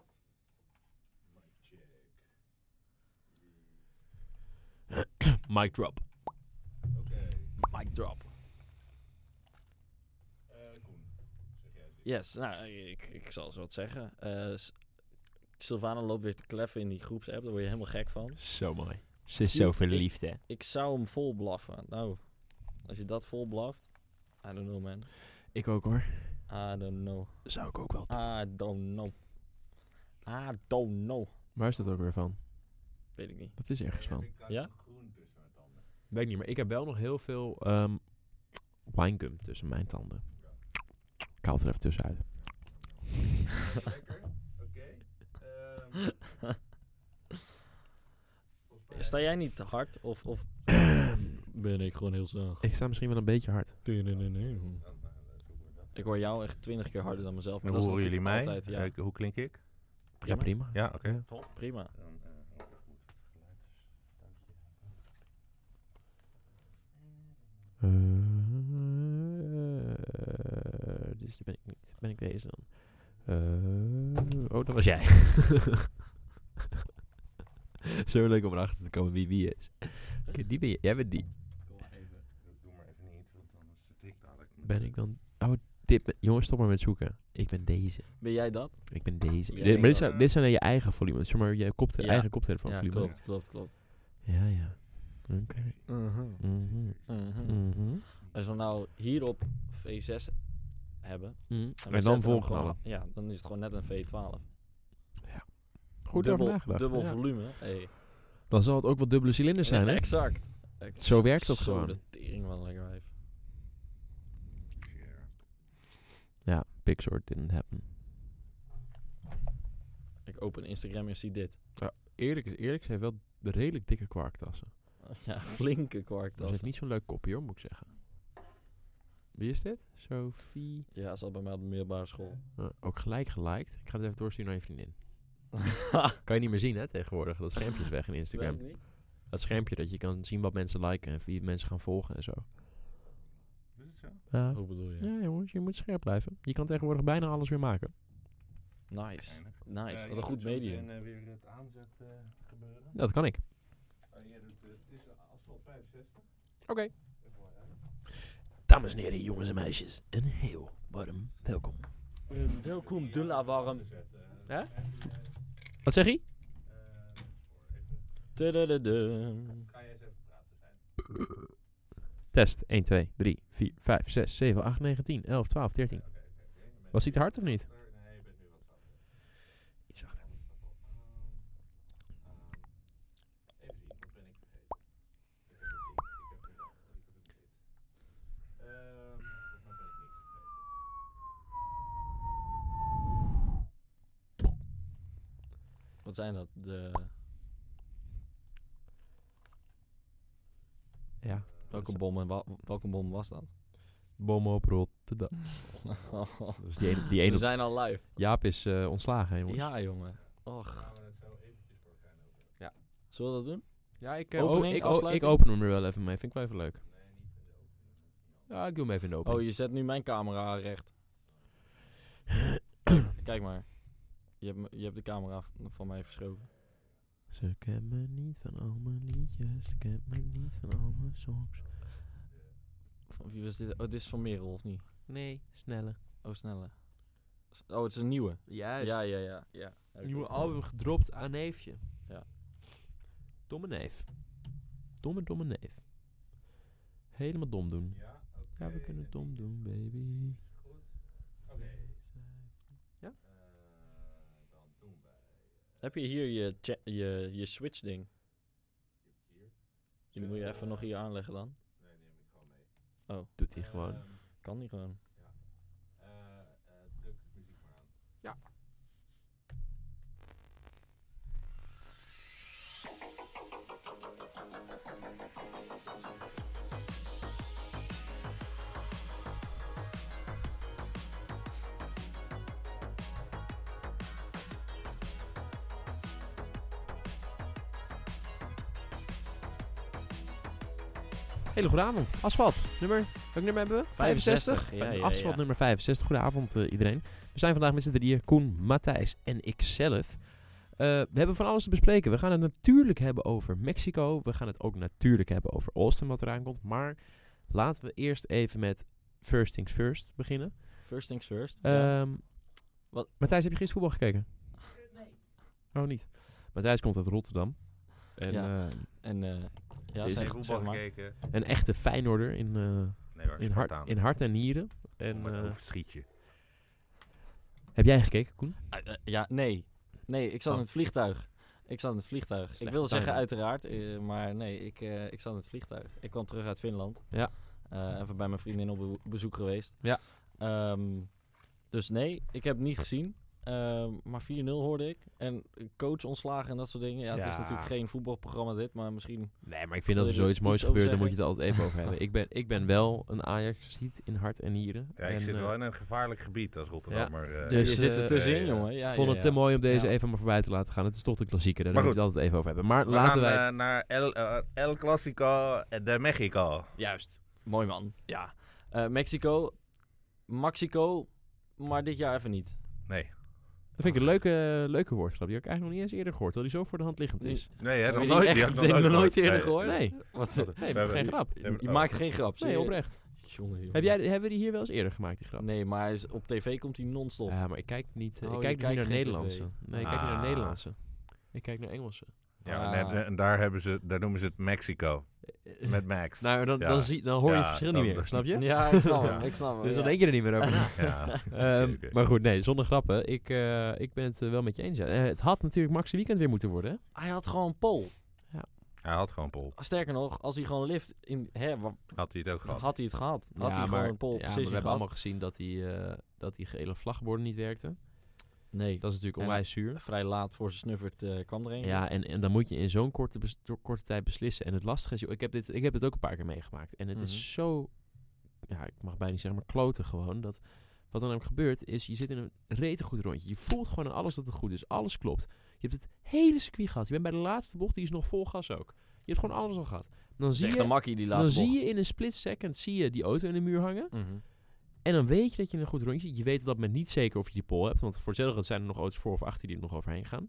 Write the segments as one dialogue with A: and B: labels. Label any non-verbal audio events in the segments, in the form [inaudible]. A: [clears throat] Mic drop.
B: Oké.
A: Mic drop.
B: Eh, Koen, zeg jij het weer.
C: Yes, nou, ik, ik zal zo wat zeggen. Eh, S- Sylvana loopt weer te kleffen in die groepsapp. Daar word je helemaal gek van.
A: Zo mooi. Ze is
C: Zie je,
A: zo
C: ik-
A: verliefd, hè?
C: Ik zou hem vol blaffen. Nou, als je dat vol blaft... I don't know, man.
A: Ik ook hoor.
C: I don't know.
A: Zou ik ook wel.
C: I don't know. I don't know.
A: Waar is dat ook weer van?
C: Weet ik niet.
A: Dat is ergens
B: Heb
A: van.
B: ik daar
C: Ja?
B: een Groen tussen mijn tanden.
A: Weet ik niet, maar ik heb wel nog heel veel ehm winegum tussen mijn tanden. Ik haal het er even tussenuit.
B: Lekker. Oké. Ehm, volgens mij-
C: Sta jij niet te hard of... of Ehm, [clears throat] ben ik gewoon heel zacht.
A: Ik sta misschien wel een beetje hard.
C: Ik hoor jou echt twintig keer harder dan mezelf. maar
B: Hoe
C: dat is
B: horen jullie mij?
C: natuurlijk altijd, ja,
B: Eh, hoe klink ik?
A: Ja, prima.
B: Ja, oké. Top.
C: prima.
B: Dan, eh,
A: Eh, dus die ben ik niet. Ben ik deze dan? Eh, oh, dat was jij. [laughs] Zo leuk om erachter te komen wie wie is. Oké, die ben je. Jij bent die.
B: ik doe maar even niet, want anders zit ik dadelijk. met-
A: Ben ik dan... Oh, dit... ben- Jongens, stop maar met zoeken. Ik ben deze.
C: Ben jij dat?
A: Ik ben deze. Dit, maar
C: Jij
A: dit
C: bent
A: zijn,
B: dat.
A: dit zijn je eigen volume. Zeg maar, je kopte,
C: Ja.
A: eigen koptelefoon
C: ja,
A: volume.
C: klopt, klopt, klopt.
A: Ja, ja. Oké. Mhm.
C: Mhm.
A: Mhm.
C: Als we nou hierop V6 hebben...
A: Mm.
C: we
A: En
C: zetten hem
A: dan volgknallen.
C: gewoon- Ja, dan is het gewoon net een V12.
A: Goed
C: dubbel,
A: over nagedacht.
C: Dubbel
A: Ja.
C: volume. Hey.
A: Dan zal het ook wel dubbele cilinders zijn,
C: Ja,
A: hè?
C: Exact. Ex-
A: Zo werkt dat
C: Zo,
A: gewoon.
C: de tering van een lekker wijf.
B: Share.
A: Ja, Pixar didn't happen.
C: Ik open Instagram en zie dit. [laughs]
A: Eerlijk is eerlijk, ze heeft wel redelijk dikke kwarktassen.
C: Ja, flinke
A: Maar ze heeft
C: kwarktas.
A: niet zo'n leuk kopje, hoor, moet ik zeggen. Wie is dit? Sophie.
C: Ja, zat bij mij op de middelbare
A: [laughs]
C: school.
A: Eh, ook gelijk geliked. Ik ga het even doorsturen naar je vriendin. Kan je niet meer zien, hè, tegenwoordig. Dat schermpje is weg in Instagram.
C: Weet ik niet.
A: Dat schermpje dat je kan zien wat mensen liken en wie mensen gaan volgen en zo.
B: Is het zo?
A: Ja.
C: Hoe bedoel je?
A: ja, jongens, je moet scherp blijven. Je kan tegenwoordig bijna alles weer maken.
C: Nice.
B: Geinig.
C: Nice,
B: Eh,
C: wat
B: je
C: een goed
B: doet zo
C: medium.
B: meteen, eh, weer het aanzet eh, gebeuren.
A: Ja, dat kan ik.
B: Oh, jij doet, eh, het is afstand 65.
A: Oké.
B: Even mooi uit.
A: Dames en heren, jongens en meisjes. Een heel warm welkom.
C: welkom, de la warm.
A: Wat zeg je?
C: Tudududum.
B: Ga jij eens even praten zijn?
A: Test 1, 2, 3, 4, 5, 6, 7, 8, 9, 10, 11, 12, 13. Was hij te hard of niet?
B: Nee, je bent nu wat zachter.
A: Iets zachter.
B: Even zien, wat ben ik vergeten? Ik heb het niet, ik heb het niet, ik heb het niet. Ehm, volgens mij ben ik niks vergeten.
C: Wat zijn dat? De,
A: Ja.
C: welke, bom en wa- welke bom was dat? [laughs]
A: Bom op Rotterdam. Dat is die ene. Die ene
C: We zijn al live.
A: Jaap is eh, ontslagen, hè, jongens. Ja,
C: Ja, jongen. Och.
B: Gaan we het zo eventjes voor elkaar over hebben?
C: Zullen we dat doen?
A: ik,
C: eh, Opening, o- ik
A: ik,
C: o- afsluiting? ik
A: open hem er wel even mee. Vind ik wel even leuk. Ja, ik doe hem even in de open.
C: Oh, je zet nu mijn camera
A: [clears throat]
C: recht. Kijk maar. Je hebt, me- je hebt de camera v- van mij verschoven.
A: Ze kent me niet van al mijn liedjes. Ze kent me niet van al mijn songs.
C: Van wie was dit? Oh, dit is van Merel, of niet?
A: Nee, snelle.
C: Oh, snelle. S- Oh, het is een nieuwe.
A: Juist.
C: Ja, ja, ja. ja. Oké.
A: Nieuwe album gedropt aan neefje.
C: Ja.
A: Domme neef. Domme, domme neef. Helemaal dom doen.
B: Ja, oké.
A: Ja, we kunnen dom doen, baby.
B: Goed. Oké.
A: Ja?
B: Eh, dan doen wij
C: Heb je hier je, cha- je, je switch ding?
B: hier.
C: Die moet je even nog hier aanleggen dan.
B: Nee, die neem ik gewoon mee.
A: Doet hij gewoon.
B: Ehm,
C: Kan die gewoon.
B: eh, eh, druk het muziek maar aan.
A: Ja. Hele goede avond. Asfalt, nummer. Welk nummer hebben we?
C: 65. Ja,
A: Fijn,
C: ja,
A: Asfalt
C: ja.
A: nummer 65. Goedenavond eh, iedereen. We zijn vandaag met z'n drieën. Koen, Matthijs en ikzelf. Eh, Eh, we hebben van alles te bespreken. We gaan het natuurlijk hebben over Mexico. We gaan het ook natuurlijk hebben over Austin, wat eraan komt. Maar laten we eerst even met First Things First beginnen.
C: First things first. ja.
A: Ehm
C: Wat?
A: Matthijs, heb je gisteren voetbal gekeken? Nee. Oh, niet. Matthijs komt uit Rotterdam. En,
C: Ja.
A: eh,
C: En eh ja,
A: Is
B: Is
C: zeg,
B: er
C: zeg
B: voetbal
C: maar.
B: gekeken?
A: een echte Feyenoorder in, eh,
B: Nee, waar
A: in, hart, in hart en nieren. En,
B: En,
A: eh,
B: schiet je?
A: heb jij gekeken, Koen?
C: Eh, eh, ja, nee. Nee, ik zat in
A: Oh.
C: het vliegtuig. Ik zat in het vliegtuig. ik
A: Slechte
C: wilde zeggen
A: timing.
C: uiteraard, eh, maar nee, ik, eh, ik zat in het vliegtuig. Ik kwam terug uit Finland.
A: Ja.
C: Eh, even bij mijn vriendin op bewo- bezoek geweest.
A: Ja.
C: Ehm, dus nee, ik heb het niet gezien. Ehm, maar 4-0 hoorde ik. En coach ontslagen en dat soort dingen. Ja, het is
A: Ja.
C: natuurlijk geen voetbalprogramma dit, maar misschien...
A: Nee, maar ik vind dat er
C: Wil je er
A: zoiets moois
C: iets over
A: gebeurt, dan moet je
C: zeggen?
A: het altijd even over hebben. Ik ben, ik ben wel een Ajax-ziet in hart en nieren.
B: Ja, ik
A: En,
B: zit
A: eh,
B: wel in een gevaarlijk gebied als Rotterdammer. eh.
A: Dus,
C: je zit
A: eh,
C: er tussenin,
B: eh,
C: jongen. Ja,
A: Ik vond
C: ja,
A: het te
C: ja.
A: mooi om deze
C: Ja.
A: even maar voorbij te laten gaan. Het is toch de klassieker, hè? daar
B: Maar
A: moeten we het altijd even over hebben. Maar
B: we
A: laten
B: gaan
A: wij...
B: eh, naar El, eh, El Clasico de Mexico.
C: Juist. Mooi man. Ja. Eh, Mexico, Mexico, maar dit jaar even niet.
B: Nee,
A: dat vind ik een leuke, eh, leuke woordgrap. Die heb ik eigenlijk nog niet eens eerder gehoord, terwijl die zo voor de hand liggend is.
B: nee hè,
C: Heb
B: nog
C: je
B: nooit.
C: die
B: die
C: echt
B: had ik nog
C: nog nooit eerder
B: Nee.
C: gehoord?
A: Nee,
C: Wat?
B: Wat-
A: nee
B: we
A: maar geen
B: hebben-
A: grap.
B: hebben-
C: Je
B: oh.
C: maakt geen grap.
A: Nee,
C: serieus.
A: oprecht.
C: Jongen, jongen.
A: Heb jij, hebben we die hier wel eens eerder gemaakt, die grap?
C: Nee, maar hij is- op tv komt hij non-stop.
A: Ja, maar ik kijk niet, eh, ik
C: Oh, je
A: kijk niet
C: kijkt
A: naar
C: geen
A: Nederlandse. Nee, ik kijk niet naar
B: Ah.
A: Nederlandse. Ik kijk naar Engelse.
B: Ja,
C: Ah.
B: en, en- en daar, hebben ze, daar noemen ze het Mexico. Met
C: [laughs]
B: Max.
A: Nou, dan,
B: Ja.
A: dan, zie, dan hoor je het
B: Ja,
A: verschil
B: dan-
A: niet meer, snap
B: [laughs]
A: je?
C: [laughs] Ja, ik
A: [laughs]
C: snap
B: Ja.
C: hem. Ik snap hem.
A: Dus dan
C: ja.
A: denk je er niet meer over na.
B: Ja.
A: Ehm,
B: Oké, oké.
A: Maar goed, nee, zonder grappen. Ik, eh, ik ben het eh, wel met je eens. ja. Eh, het had natuurlijk Maxi Weekend weer moeten worden. hè?
C: Hij had gewoon pol.
B: Hij had gewoon pol.
C: Sterker nog, als hij gewoon lift in... Hè, wa-
B: Had hij het ook gehad.
C: had hij het gehad? Had
A: Ja,
C: hij
A: maar-
C: gewoon een pol
A: ja, maar we
C: position
A: hebben
C: gehad?
A: allemaal gezien dat die, eh, dat die gele vlagborden niet werkte.
C: Nee,
A: Dat is natuurlijk
C: En-
A: onwijs zuur.
C: vrij laat voor zijn snuffert eh, kwam er een.
A: Ja, en, en dan moet je in zo'n korte, bes- to- korte tijd beslissen. En het lastige is, joh, ik heb, dit, ik heb dit ook een paar keer meegemaakt. En het
C: Mhm.
A: is zo, ja, ik mag bijna niet zeggen, maar kloten gewoon. Dat, wat er namelijk gebeurt is, je zit in een rete goed rondje. Je voelt gewoon aan alles dat het goed is. Alles klopt. Je hebt het hele circuit gehad. Je bent bij de laatste bocht, die is nog vol gas ook. Je hebt gewoon alles al gehad. Dan zie
C: Zegt
A: je
C: de makkie die
A: Dan
C: laatste
A: zie je in een split second zie je die auto in de muur hangen.
C: bocht. Mhm.
A: En dan weet je dat je een goed rondje... Je weet op dat moment niet zeker of je die pol hebt. Want voor hetzelfde zijn er nog auto's voor of achter die er nog overheen gaan.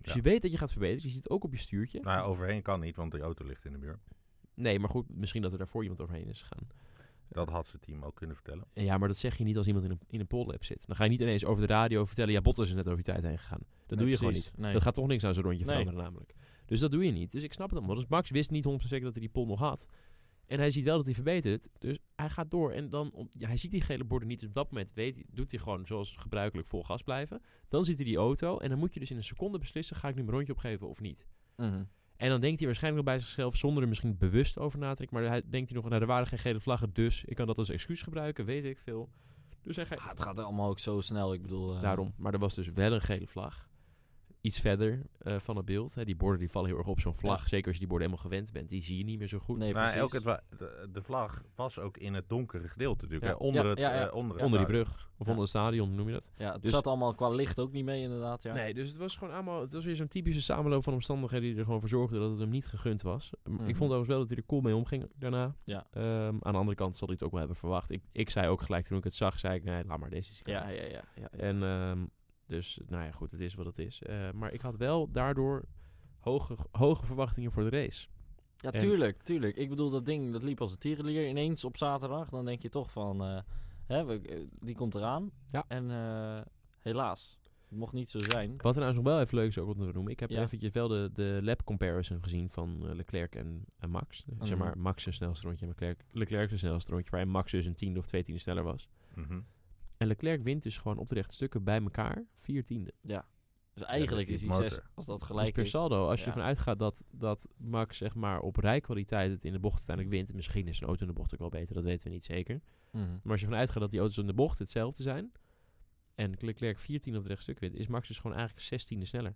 A: Dus
B: Ja.
A: je weet dat je gaat verbeteren. Je ziet het ook op je stuurtje.
B: Nou, overheen kan niet, want de auto ligt in de muur.
A: Nee, maar goed. Misschien dat er daarvoor iemand overheen is gegaan.
B: Dat had ze het team ook kunnen vertellen.
A: En ja, maar dat zeg je niet als iemand in een, in een pollab zit. Dan ga je niet ineens over de radio vertellen... Ja, Bottas is net over die tijd heen gegaan. Dat doe je gewoon niet.
C: Nee.
A: Dat gaat toch niks aan zo'n rondje
C: Nee.
A: veranderen namelijk. Dus dat doe je niet. Dus ik snap het allemaal. Dus Max wist niet 100% zeker dat hij die pol nog had. En hij ziet wel dat hij verbetert. Dus hij gaat door. En dan, om- ja, hij ziet die gele borden niet. Dus op dat moment weet, hij- doet hij gewoon zoals gebruikelijk vol gas blijven. Dan ziet hij die auto. En dan moet je dus in een seconde beslissen, ga ik nu mijn rondje opgeven of niet.
C: Mhm.
A: En dan denkt hij waarschijnlijk nog bij zichzelf, zonder er misschien bewust over na te denken. Maar hij denkt hij nog, nou, er waren geen gele vlaggen, dus ik kan dat als excuus gebruiken, weet ik veel. Dus hij gaat,
C: Ah, het gaat allemaal ook zo snel. Ik bedoel... eh,
A: Daarom. Maar er was dus wel een gele vlag. Iets verder eh, van het beeld. Hè. Die borden die vallen heel erg op zo'n vlag. Zeker als je die borden helemaal gewend bent. Die zie je niet meer zo goed.
D: Nou,
C: Nee,
B: maar
C: precies.
B: ook Nou, het wa- de, de vlag was ook in het donkere gedeelte natuurlijk.
A: Ja.
B: hè, onder,
C: Ja,
B: het,
C: ja, ja.
B: eh, onder, het
A: onder die
B: stadion.
A: brug. Of
C: Ja.
A: onder het stadion, noem je dat?
C: Ja, het
A: Dus-
C: zat allemaal qua licht ook niet mee inderdaad. Ja.
A: Nee, dus het was gewoon allemaal... Het was weer zo'n typische samenloop van omstandigheden... die er gewoon voor zorgden dat het hem niet gegund was. Maar
C: Mhm.
A: Ik vond overigens wel dat hij er cool mee omging daarna.
C: Ja.
A: Ehm, aan de andere kant zal hij het ook wel hebben verwacht. Ik, ik zei ook gelijk toen ik het zag, zei ik... Nee, laat maar, deze is
C: Ja, ja, ja. ja, ja.
A: En ehm, dus, nou ja, goed, het is wat het is. Eh, maar ik had wel daardoor hoge, hoge verwachtingen voor de race.
C: Ja,
A: En-
C: tuurlijk, tuurlijk. Ik bedoel, dat ding dat liep als een tierenlier ineens op zaterdag. Dan denk je toch van, eh, hè, we- eh, die komt eraan.
A: Ja.
C: En eh, helaas, het mocht niet zo zijn.
A: Wat er nou nog wel even leuk is ook om te noemen. Ik heb
C: Ja.
A: eventjes wel de, de lab comparison gezien van eh, Leclerc en, en Max. Dus Zeg
C: Mhm.
A: maar, Max zijn snelste rondje en Leclerc, Leclerc zijn snelste rondje. Waarin Max dus een tiende of twee tiende sneller was.
B: Mhm.
A: En Leclerc wint dus gewoon op de rechte stukken bij elkaar vier tiende.
C: Dus eigenlijk
B: die
C: is die
B: motor.
C: zes, als dat
A: Dus
C: gelijk
A: per
C: is.
A: saldo, als je
C: ja.
A: ervan uitgaat dat, dat Max zeg maar op rijkwaliteit het in de bocht uiteindelijk wint. Misschien is een auto in de bocht ook wel beter, dat weten we niet zeker.
C: Mhm.
A: Maar als je vanuit gaat dat die auto's in de bocht hetzelfde zijn. En Leclerc 14 op het rechtstuk wint, is Max dus gewoon eigenlijk 16 sneller.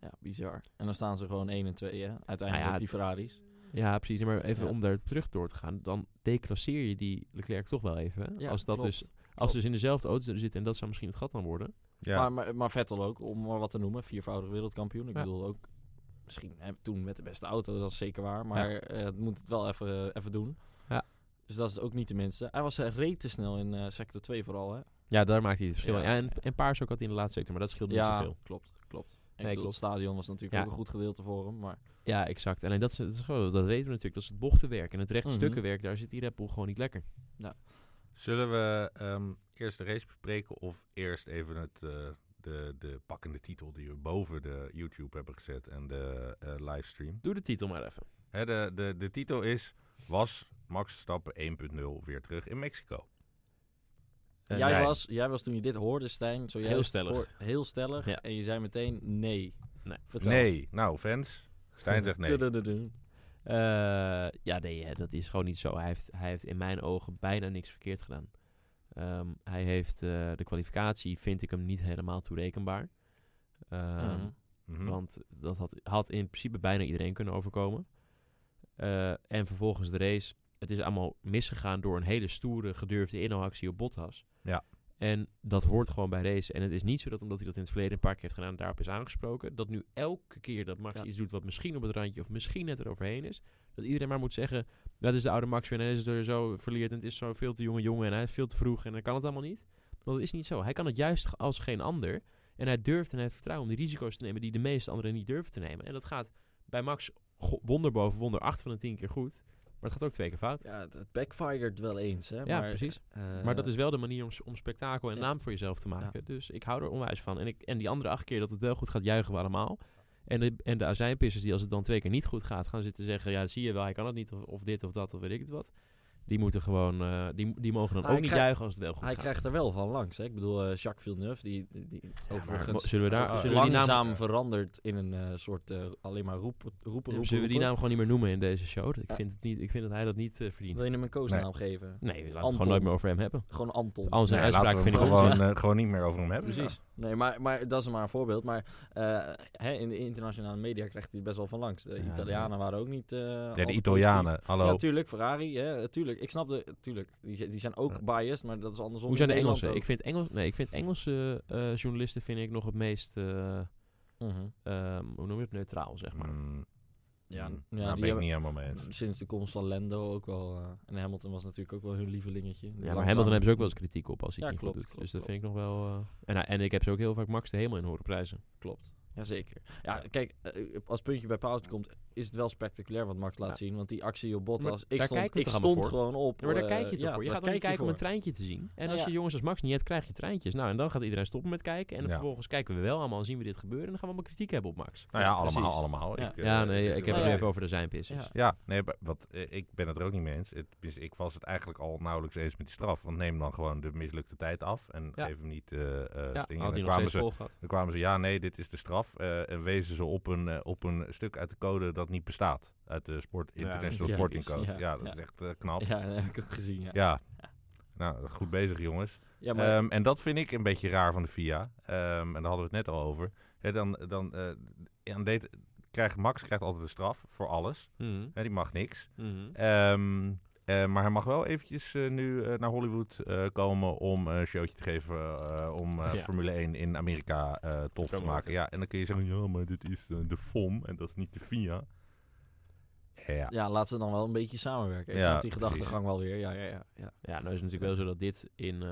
C: Ja, bizar. En dan staan ze gewoon 1 en 2, hè? uiteindelijk
A: Nou ja,
C: die Ferraris.
A: Ja, precies. Maar even
C: Ja.
A: om daar terug door te gaan, dan declasseer je die Leclerc toch wel even. hè?
C: Ja,
A: als dat
C: klopt.
A: dus, als dus in dezelfde auto zitten en dat zou misschien het gat dan worden.
B: Ja.
C: Maar, maar, maar Vettel ook, om maar wat te noemen, viervoudig wereldkampioen. Ik
A: Ja.
C: bedoel ook, misschien hè, toen met de beste auto, dat is zeker waar. Maar eh, het moet het wel even, even doen.
A: Ja.
C: Dus dat is ook niet de minste. Hij was eh, reet te snel in eh, sector 2 vooral, hè?
A: Ja, daar maakt hij het verschil.
C: Ja.
A: in. Ja, en, en Paars ook had hij in de laatste sector, maar dat scheelde niet zoveel.
C: klopt, klopt. bedoel,
A: klopt.
C: het stadion was natuurlijk
A: Ja.
C: ook een goed gedeelte voor hem. Maar
A: Ja, exact. Alleen dat, is, dat, is gewoon, dat weten we natuurlijk. Dat is het bochtenwerk en het rechte
C: Mhm.
A: stukkenwerk. Daar zit die Red Bull gewoon niet lekker.
D: Zullen we ehm, eerst de race bespreken of eerst even het, eh, de, de pakkende titel die we boven de YouTube hebben gezet en de eh, livestream?
A: Doe de titel maar even.
D: Hè, de, de, de titel is: Was Max Verstappen 1.0 weer terug in Mexico?
A: Eh,
C: jij,
D: nee.
C: was, jij was toen je dit hoorde, Stijn, zo
A: Heel stellig.
C: heel stellig.
A: Ja.
C: En je zei meteen nee.
A: Nee.
C: Vertel.
D: Nee, nou, fans. Stijn
A: [laughs]
D: zegt nee.
C: Tudududu.
A: Eh, ja, nee, eh, dat is gewoon niet zo. Hij heeft, hij heeft in mijn ogen bijna niks verkeerd gedaan. Ehm, hij heeft eh, de kwalificatie, vind ik hem niet helemaal toerekenbaar. Ehm,
C: Mhm.
D: Mhm.
A: Want dat had, had in principe bijna iedereen kunnen overkomen. Eh, en vervolgens de race. Het is allemaal misgegaan door een hele stoere, gedurfde inhaalactie op Bottas.
D: Ja.
A: En dat hoort gewoon bij race. En het is niet zo dat omdat hij dat in het verleden een paar keer heeft gedaan en daarop is aangesproken, dat nu elke keer dat Max
C: Ja.
A: iets doet wat misschien op het randje of misschien net eroverheen is, dat iedereen maar moet zeggen, dat is de oude Max weer en hij is er zo verleerd en het is zo veel te jonge jongen en hij is veel te vroeg en hij kan het allemaal niet. Want dat is niet zo. Hij kan het juist als geen ander. En hij durft en hij heeft vertrouwen om die risico's te nemen die de meeste anderen niet durven te nemen. En dat gaat bij Max go- wonder boven wonder, acht van de tien keer goed. Maar het gaat ook twee keer fout.
C: Ja, het- het backfired wel eens. Hè?
A: Ja,
C: maar,
A: precies.
C: eh,
A: maar dat is wel de manier om, s- om spektakel en
C: ja.
A: naam voor jezelf te maken. Dus ik hou er onwijs van. En, ik, en die andere acht keer dat het wel goed gaat, juichen we allemaal. En de, en de azijnpissers die als het dan twee keer niet goed gaat, gaan zitten zeggen... ja, zie je wel, hij kan het niet, of, of dit of dat, of weet ik het wat. Die moeten gewoon... eh, die, die mogen dan
C: Ah, Hij
A: ook niet
C: krijgt-
A: juichen als het wel goed
C: Hij
A: gaat.
C: krijgt er wel van langs. Hè? Ik bedoel, eh, Jacques Villeneuve, die, die, die overigens
A: mo- zullen we daar-
C: eh,
D: zullen we die
C: langzaam
D: naam-
C: verandert in een eh, soort eh, alleen maar roep, roepen, roepen,
A: Zullen we die
C: roepen.
A: naam gewoon niet meer noemen in deze show? Ik
C: Ja.
A: vind, het niet, ik vind dat hij dat niet eh, verdient.
C: Wil je hem een koosnaam geven?
A: Nee, we laten het
C: Anton.
A: gewoon nooit meer over hem hebben.
C: Gewoon Anton.
A: Al zijn
D: Nee, laten
A: eh, uitspraak
D: we
A: vind ik
D: hem
A: gewoon...
D: gewoon, eh, gewoon niet meer over hem hebben.
A: Precies.
C: Nee, maar, maar dat is maar een voorbeeld. Maar eh, hè, in de internationale media krijgt hij best wel van langs. De
A: Ja,
C: Italianen waren ook niet... eh,
D: Ja,
C: altijd
D: de
C: positief.
D: Italianen. Hallo.
C: Ja, tuurlijk, Ferrari. Hè, natuurlijk. Ik snap de... Tuurlijk, die, zi- die zijn ook
D: Ja.
C: biased, maar dat is andersom.
A: Hoe zijn de
C: in Nederland
A: Engelsen? Ik
C: ook.
A: vind, Engels, nee, ik vind Engelse eh, journalisten vind ik nog het meest, eh,
C: Mhm.
A: ehm, hoe noem je het, neutraal, zeg maar.
D: Mm,
C: Ja,
A: Nou,
D: mm,
C: ja, die
D: daar ben ik
C: hebben-
D: niet helemaal mee eens.
C: Sinds de komst van Lendo ook wel. eh, en Hamilton was natuurlijk ook wel hun lievelingetje.
A: Ja, maar Hamilton hebben ze ook wel eens kritiek op als hij
C: Ja,
A: het niet
C: klopt,
A: goed doet.
C: klopt,
A: dus dat vind ik nog wel... eh, en, hij- en ik heb ze ook heel vaak Max de Hemel in horen prijzen.
C: Klopt. Jazeker. Ja, kijk, eh, als puntje bij paaltje komt, is het wel spectaculair wat Max laat
A: Ja.
C: zien. Want die actie op
A: Maar
C: Bottas, ik
A: daar
C: stond,
A: kijken we
C: ik
A: toch allemaal
C: stond
A: voor?
C: gewoon op.
A: maar daar
C: eh,
A: kijk je toch
C: ja,
A: voor? Je
C: daar
A: gaat toch niet
C: kijk
A: kijken om een
C: voor.
A: treintje te zien? En
C: Nou
A: als
C: ja.
A: je jongens als Max niet hebt, krijg je treintjes. Nou, en dan gaat iedereen stoppen met kijken. En dan
D: Ja.
A: vervolgens kijken we wel allemaal en zien we dit gebeuren. En dan gaan we allemaal kritiek hebben op Max.
D: Nou ja,
C: Ja,
D: allemaal,
C: precies.
D: allemaal.
C: Ja.
D: Ik, eh,
A: ja, nee, ik heb het
C: Nou
A: nu
C: ja.
A: even over de zijnpissers.
C: Ja.
D: Ja, nee, b- wat, eh, ik ben het er ook niet mee eens. Het, is- ik was het eigenlijk al nauwelijks eens met die straf. Want neem dan gewoon de mislukte tijd af en
A: Ja.
D: geef hem niet eh eh
A: Ja, had hij
D: sting. En dan
A: nog
D: kwamen,
A: steeds
D: ze,
A: vol gehad.
D: dan kwamen ze, ja, nee, dit is de straf. eh, en wezen ze op een, eh, op een stuk uit de code dat niet bestaat. Uit de sport,
A: Ja,
D: International
C: ja,
D: Sporting
C: precies.
D: Code. Ja,
C: Ja,
D: dat
C: ja.
D: is echt eh, knap. Ja.
C: Ja, dat heb ik ook gezien. Ja,
D: Nou, goed bezig, jongens.
C: Ja, maar
D: Ehm, en dat vind ik een beetje raar van de FIA. Ehm, en daar hadden we het net al over. Hè, dan, dan, eh, aan dit- krijgt, Max krijgt altijd een straf voor alles.
A: Mhm,
D: Hè, die mag niks.
A: mhm.
D: Ehm, eh, maar hij mag wel eventjes eh, nu eh, naar Hollywood eh, komen om eh, een showtje te geven eh, om eh,
C: Ja.
D: Formule 1 in Amerika eh, tof te
A: Promoten.
D: maken. Ja, en dan kun je zeggen, ja, maar dit is eh, de FOM en dat is niet de FIA. Ja,
C: ja, laten ze dan wel een beetje samenwerken. Ik
D: Ja,
C: snap die
D: precies.
C: gedachtegang wel weer. Ja, ja, ja. ja.
A: Ja, nou is het natuurlijk wel zo dat dit in eh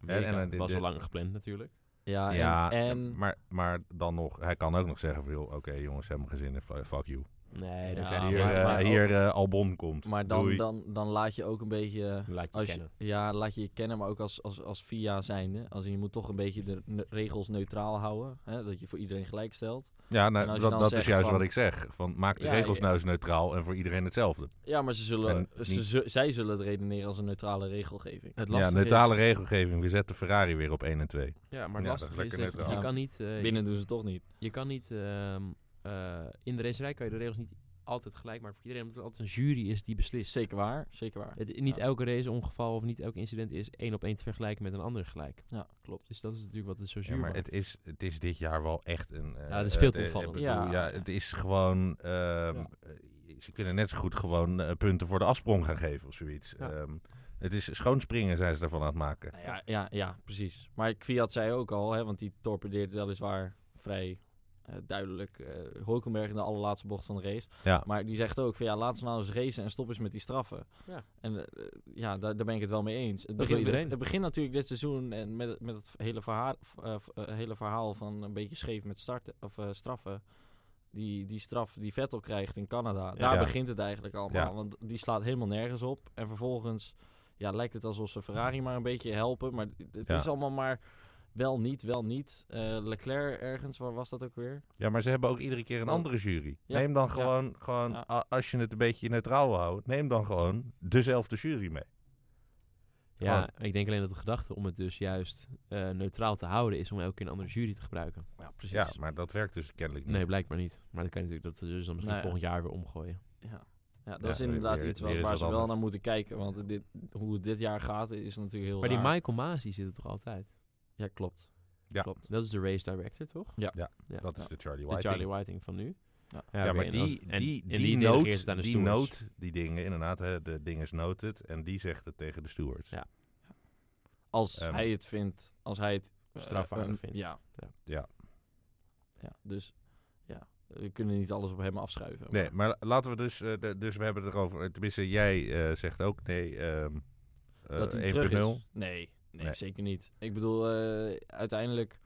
A: Amerika
D: en, eh, dit-
A: was al
D: dit-
A: langer gepland natuurlijk.
C: Ja, en,
D: ja
C: en
D: maar, maar dan nog, hij kan ook nog zeggen van, joh, oké jongens, hebben mijn gezin, en fuck you.
A: Nee, dat
C: Ja,
A: krijg je
D: hier
A: maar,
D: eh,
C: maar ook-
D: hier eh, Albon komt.
C: Maar dan,
D: Doei.
C: dan, dan laat je ook een beetje...
A: Laat je
C: Als je,
A: kennen.
C: ja, laat je je kennen, maar ook als, als, als via zijnde. Als in, je moet toch een beetje de ne- regels neutraal houden. Hè? Dat je voor iedereen gelijk stelt.
D: ja, nou,
C: en als je
D: dat,
C: dan
D: dat is
C: zegt
D: juist
C: van-
D: wat ik zeg. Van, maak de
C: Ja,
D: regels
C: ja.
D: nou eens neutraal en voor iedereen hetzelfde.
C: Ja, maar ze zullen,
D: En
C: ze,
D: niet-
C: zu- zij zullen het redeneren als een neutrale regelgeving.
A: Het
D: Ja,
A: lastige
D: neutrale
A: is,
D: regelgeving. We zetten Ferrari weer op 1 en 2.
A: ja, maar
D: Ja,
A: het
D: dat
A: lastige is
D: is lekker
A: dat je,
D: neutraal.
A: je kan niet... eh,
C: Binnen doen ze toch niet.
A: Je kan niet... ehm, eh, in de racerij kan je de regels niet altijd gelijk maken voor iedereen. Omdat er altijd een jury is die beslist.
C: Zeker waar, zeker waar.
A: Het, niet
C: Ja.
A: elke raceongeval of niet elk incident is één op één te vergelijken met een ander gelijk.
C: Ja, klopt.
A: Dus dat is natuurlijk wat het zo
D: Ja,
A: zuur
D: maar
A: maakt.
D: het is, het is dit jaar wel echt een... eh,
A: Ja, het is veel te
D: eh,
A: opvallend.
D: ik bedoel, Ja.
C: Ja.
D: het is gewoon... ehm, eh, Ze kunnen net zo goed gewoon eh, punten voor de afsprong gaan geven of zoiets.
A: Ja.
D: Ehm, het is schoonspringen zijn ze daarvan aan het maken.
C: Nou ja, ja, ja, precies. Maar Kviat zei ook al, hè, want die torpedeert weliswaar vrij eh, duidelijk. eh Hulkenberg in de allerlaatste bocht van de race.
D: Ja.
C: Maar die zegt ook van ja, laat ze nou eens racen en stop eens met die straffen.
A: Ja.
C: En eh, ja, daar, daar ben ik het wel mee eens. Het
A: wil
C: begint,
A: iedereen.
C: het begint natuurlijk dit seizoen en met, met het hele verhaal, eh, v- eh, hele verhaal van een beetje scheef met starten of eh, straffen. Die, die straf die Vettel krijgt in Canada, daar
D: Ja.
C: begint het eigenlijk allemaal.
D: Ja.
C: Want die slaat helemaal nergens op. En vervolgens ja, lijkt het alsof ze Ferrari maar een beetje helpen. Maar het
D: Ja.
C: is allemaal maar wel niet, wel niet. Eh, Leclerc ergens, waar was dat ook weer?
D: Ja, maar ze hebben ook iedere keer een
A: Oh.
C: Van-
D: andere jury.
C: Ja,
D: Neem dan
C: ja,
D: gewoon, gewoon
C: ja.
D: a- als je het een beetje neutraal wil houden, neem dan gewoon dezelfde jury mee.
A: Ja, ik denk alleen dat de gedachte om het dus juist eh, neutraal te houden is om elke keer een andere jury te gebruiken.
C: Ja, precies.
D: Ja, maar dat werkt dus kennelijk niet.
A: Nee, blijkbaar niet. Maar dat kan je natuurlijk dat we dus dan misschien
C: Nou ja.
A: volgend jaar weer omgooien.
C: Ja. Ja, dat
D: Ja,
C: is inderdaad
D: weer-
C: iets
D: weer
C: wat,
D: is
C: waar
D: wat
C: ze wel
D: anders.
C: naar moeten kijken. Want dit, hoe het dit jaar gaat is natuurlijk heel
A: Maar die
C: raar.
A: Michael Masi zit er toch altijd?
C: Ja, klopt.
D: Ja.
C: klopt.
A: Dat is de race director, toch?
D: Dat is
C: Ja.
D: de Charlie
A: De
D: White.
A: Charlie Whiting van nu.
C: Ja.
D: Ja, maar
A: en
D: die,
A: als-
D: die,
A: en-
D: die,
A: en delegeert het aan de
D: noot, die
A: stewards.
D: noot die dingen, inderdaad, hè, de ding is noted en die zegt het tegen de stewards.
A: Ja.
C: Als
D: Ehm.
C: hij het vindt, als hij het... eh,
A: Strafwaardig
C: een-
A: vindt.
C: Ja.
A: Ja.
D: Ja.
C: Ja, dus ja, we kunnen niet alles op hem afschuiven.
D: Nee, maar la- laten we dus, eh, de- dus we hebben het erover, tenminste jij eh, zegt ook nee, ehm eh,
C: dat hij terug
D: 1.0.
C: is. Nee, nee,
D: Nee.
C: zeker niet. Ik bedoel, eh, uiteindelijk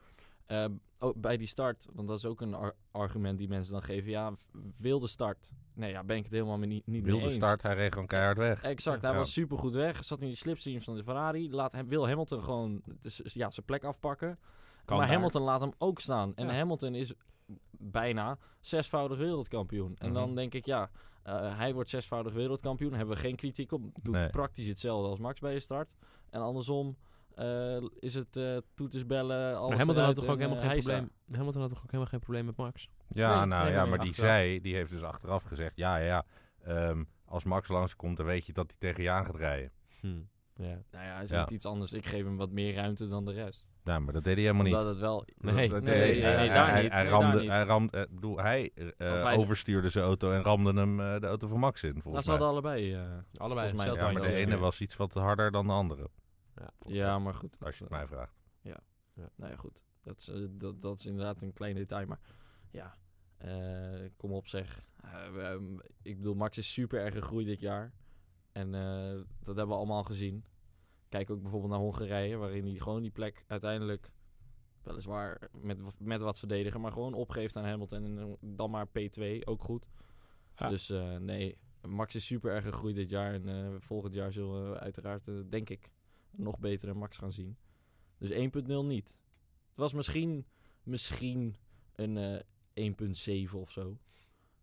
C: eh, ook bij die start, want dat is ook een ar- argument die mensen dan geven. Ja, v- wilde start. Nee, ja, ben ik het helemaal mee, niet, niet mee
D: Wilde
C: eens.
D: start, hij reed gewoon keihard weg.
C: Exact, hij
D: Ja.
C: was super goed weg. Zat in die slipstream van de Ferrari. Laat, hem- wil Hamilton gewoon dus, ja, zijn plek afpakken.
A: Kan
C: maar
A: daar.
C: Hamilton laat hem ook staan. En
A: Ja.
C: Hamilton is bijna zesvoudig wereldkampioen. En dan
D: Mhm.
C: denk ik, ja, eh, hij wordt zesvoudig wereldkampioen. Hebben we geen kritiek op. Doet
D: Nee.
C: praktisch hetzelfde als Max bij de start. En andersom eh, is het eh toeters bellen, alles
A: Maar Hamilton had
C: eruit
A: toch
C: en,
A: ook helemaal
C: eh,
A: geen
C: hij staat.
A: probleem. Hamilton had toch ook helemaal geen probleem met Max.
D: Ja,
C: Nee,
D: nou
C: nee,
D: ja,
C: nee,
D: maar
C: nee,
D: die
C: achteraf.
D: zei, die heeft dus achteraf gezegd, ja, ja, ja, ehm, als Max langskomt, dan weet je dat hij tegen je aan gaat rijden.
A: Hm. Ja.
C: Nou ja, hij
D: Ja.
C: zegt iets anders. Ik geef hem wat meer ruimte dan de rest.
D: Nou, maar dat deed hij helemaal niet.
C: Omdat het wel...
A: Nee.
D: Dat- dat
C: Nee,
D: deed hij-
C: nee,
D: hij-
C: nee,
D: hij-
C: daar
D: hij-
C: niet.
D: Hij
C: Nee,
D: ramde,
C: daar niet.
D: hij ramde, eh, bedoel, hij eh,
C: hij is-
D: overstuurde zijn auto en ramde hem eh, de auto van Max in,
C: Nou,
D: volgens
C: ze
D: mij.
C: hadden allebei... eh,
A: Allebei
C: Volgens mij-
A: hetzelfde
D: Ja, maar de
A: handje.
C: Ja.
D: ene was iets wat harder dan de andere,
A: Ja.
C: ja, maar goed.
D: als je het mij vraagt.
C: Nou ja, goed. Dat is, eh, dat, dat is inderdaad een klein detail, maar ja, eh, kom op zeg. Eh, we- ehm, ik bedoel, Max is super erg gegroeid dit jaar. En eh, dat hebben we allemaal gezien. Kijk ook bijvoorbeeld naar Hongarije, waarin hij gewoon die plek uiteindelijk, weliswaar met, w- met wat verdedigen, maar gewoon opgeeft aan Hamilton. En eh, dan maar P2, ook goed.
A: Ja.
C: Dus eh, nee, Max is super erg gegroeid dit jaar. En eh, volgend jaar zullen we uiteraard, eh, denk ik, een nog betere Max gaan zien. Dus 1.0 niet. Het was misschien, misschien een eh 1.7 of zo.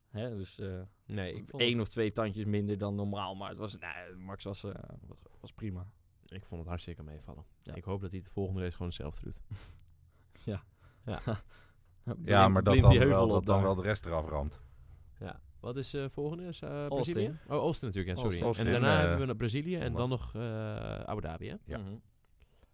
C: Hè? Dus eh
A: Nee, ik vond,
C: één
A: het,
C: of twee tandjes minder dan normaal. Maar het was, nee, Max was, eh, was, was prima.
A: ik vond het hartstikke meevallen.
C: Ja.
A: Ik hoop dat hij de volgende race gewoon hetzelfde doet.
D: Ja,
C: Blind-
D: maar dat
C: blind
D: dan,
C: die heuvel
D: wel,
C: op
D: dat dan
C: daar.
D: wel de rest eraf ramt.
A: Ja. Wat is eh volgende? Is, eh,
C: Austin.
A: Brazilië? Oh, Austin natuurlijk. Ja, sorry.
D: Austin. Austin,
A: en daarna
D: eh,
A: hebben we naar Brazilië en
D: zondag.
A: dan nog eh, Abu Dhabi, hè?
D: Ja.
C: Mhm.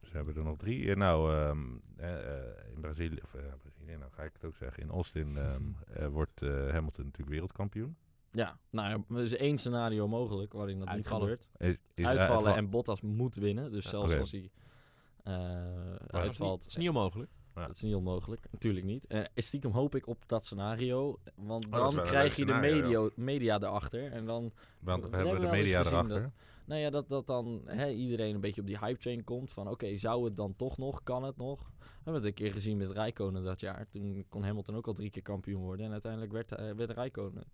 D: Ze hebben er nog drie. Eh, Nou, ehm, eh, eh, in Brazilië, of eh, Brazilië, nou ga ik het ook zeggen. In
C: [laughs]
D: Austin ehm, eh, wordt eh, Hamilton natuurlijk wereldkampioen.
C: Ja, nou ja, er is één scenario mogelijk waarin dat
A: Uitvallen.
C: niet gebeurt.
D: Is, is
C: uitvallen
D: uitval-
C: en Bottas moet winnen. Dus
A: Ja,
C: zelfs
D: oké.
C: als hij eh, uitvalt.
A: Het is niet onmogelijk.
C: Dat is niet onmogelijk, natuurlijk niet. En stiekem hoop ik op dat scenario, want
D: Oh, dat is
C: dan
D: wel een
C: krijg
D: leuk
C: je de
D: scenario,
C: media, media erachter. En dan
D: Want
C: We
D: we hebben
C: hebben
D: de
C: wel eens
D: media
C: gezien
D: erachter.
C: Nou ja, dat, dat dan hè, iedereen een beetje op die hype train komt. Van oké, zou het dan toch nog? Kan het nog? We hebben het een keer gezien met Rijkonen dat jaar. Toen kon Hamilton ook al drie keer kampioen worden. En uiteindelijk werd, eh, werd Rijkonen.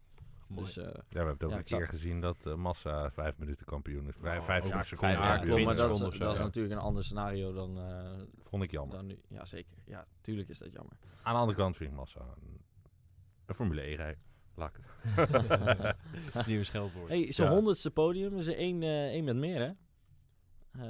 A: Mooi.
C: Dus, eh,
D: Ja, we hebben het ook
C: Ja,
D: een
C: ik zag-
D: keer gezien dat eh, Massa vijf minuten kampioen is. Vijf,
A: Oh,
D: vijf
A: ja,
D: seconden.
A: vijf-
C: ja,
A: ja,
D: kampioen
C: klopt, maar
D: is.
C: dat,
A: seconden
C: is,
A: of zo,
C: dat is
A: ja.
C: natuurlijk een ander scenario dan, eh,
D: Vond ik jammer.
C: dan nu. Ja, zeker. Ja, tuurlijk is dat jammer.
D: Aan de andere kant vind ik Massa een, een Formule 1 rij. Lak.
C: [laughs]
A: Het is nieuw scheldwoord.
C: hey, zijn
D: Ja.
C: honderdste podium is er één, eh, één met meer, hè?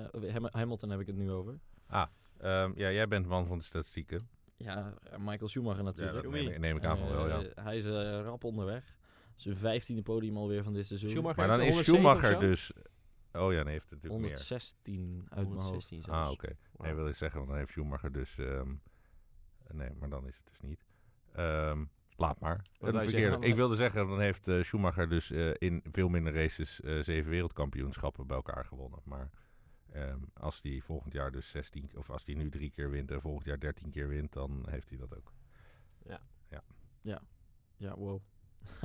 C: Eh, Ham- Hamilton heb ik het nu over.
D: Ehm, ja, jij bent man van de statistieken.
C: Ja, Michael Schumacher
D: Ja,
C: natuurlijk.
D: dat neem, ik- neem ik aan van wel, ja.
C: Eh, Hij is eh, rap onderweg. Zijn vijftiende podium alweer van dit seizoen.
A: Schumacher
D: Maar dan
A: heeft
D: is
A: er 107 of
D: Schumacher
A: zo?
D: dus... Oh ja, nee, heeft het natuurlijk meer.
C: 116 eh, uit mijn hoofd.
A: 116 zelfs.
D: Ah, oké. Nee,
A: Wauw.
D: wil ik zeggen, want dan heeft Schumacher dus... ehm, nee, maar dan is het dus niet. Ehm, laat maar.
A: wou
D: Een
A: je
D: verkeerde-
A: zeggen?
D: Ik wilde zeggen, dan heeft eh, Schumacher dus eh, in veel minder races eh, zeven wereldkampioenschappen bij elkaar gewonnen. Maar ehm, als hij volgend jaar dus 16, of als hij nu drie keer wint en volgend jaar 13 keer wint, dan heeft hij dat ook.
C: Ja, wow. [laughs]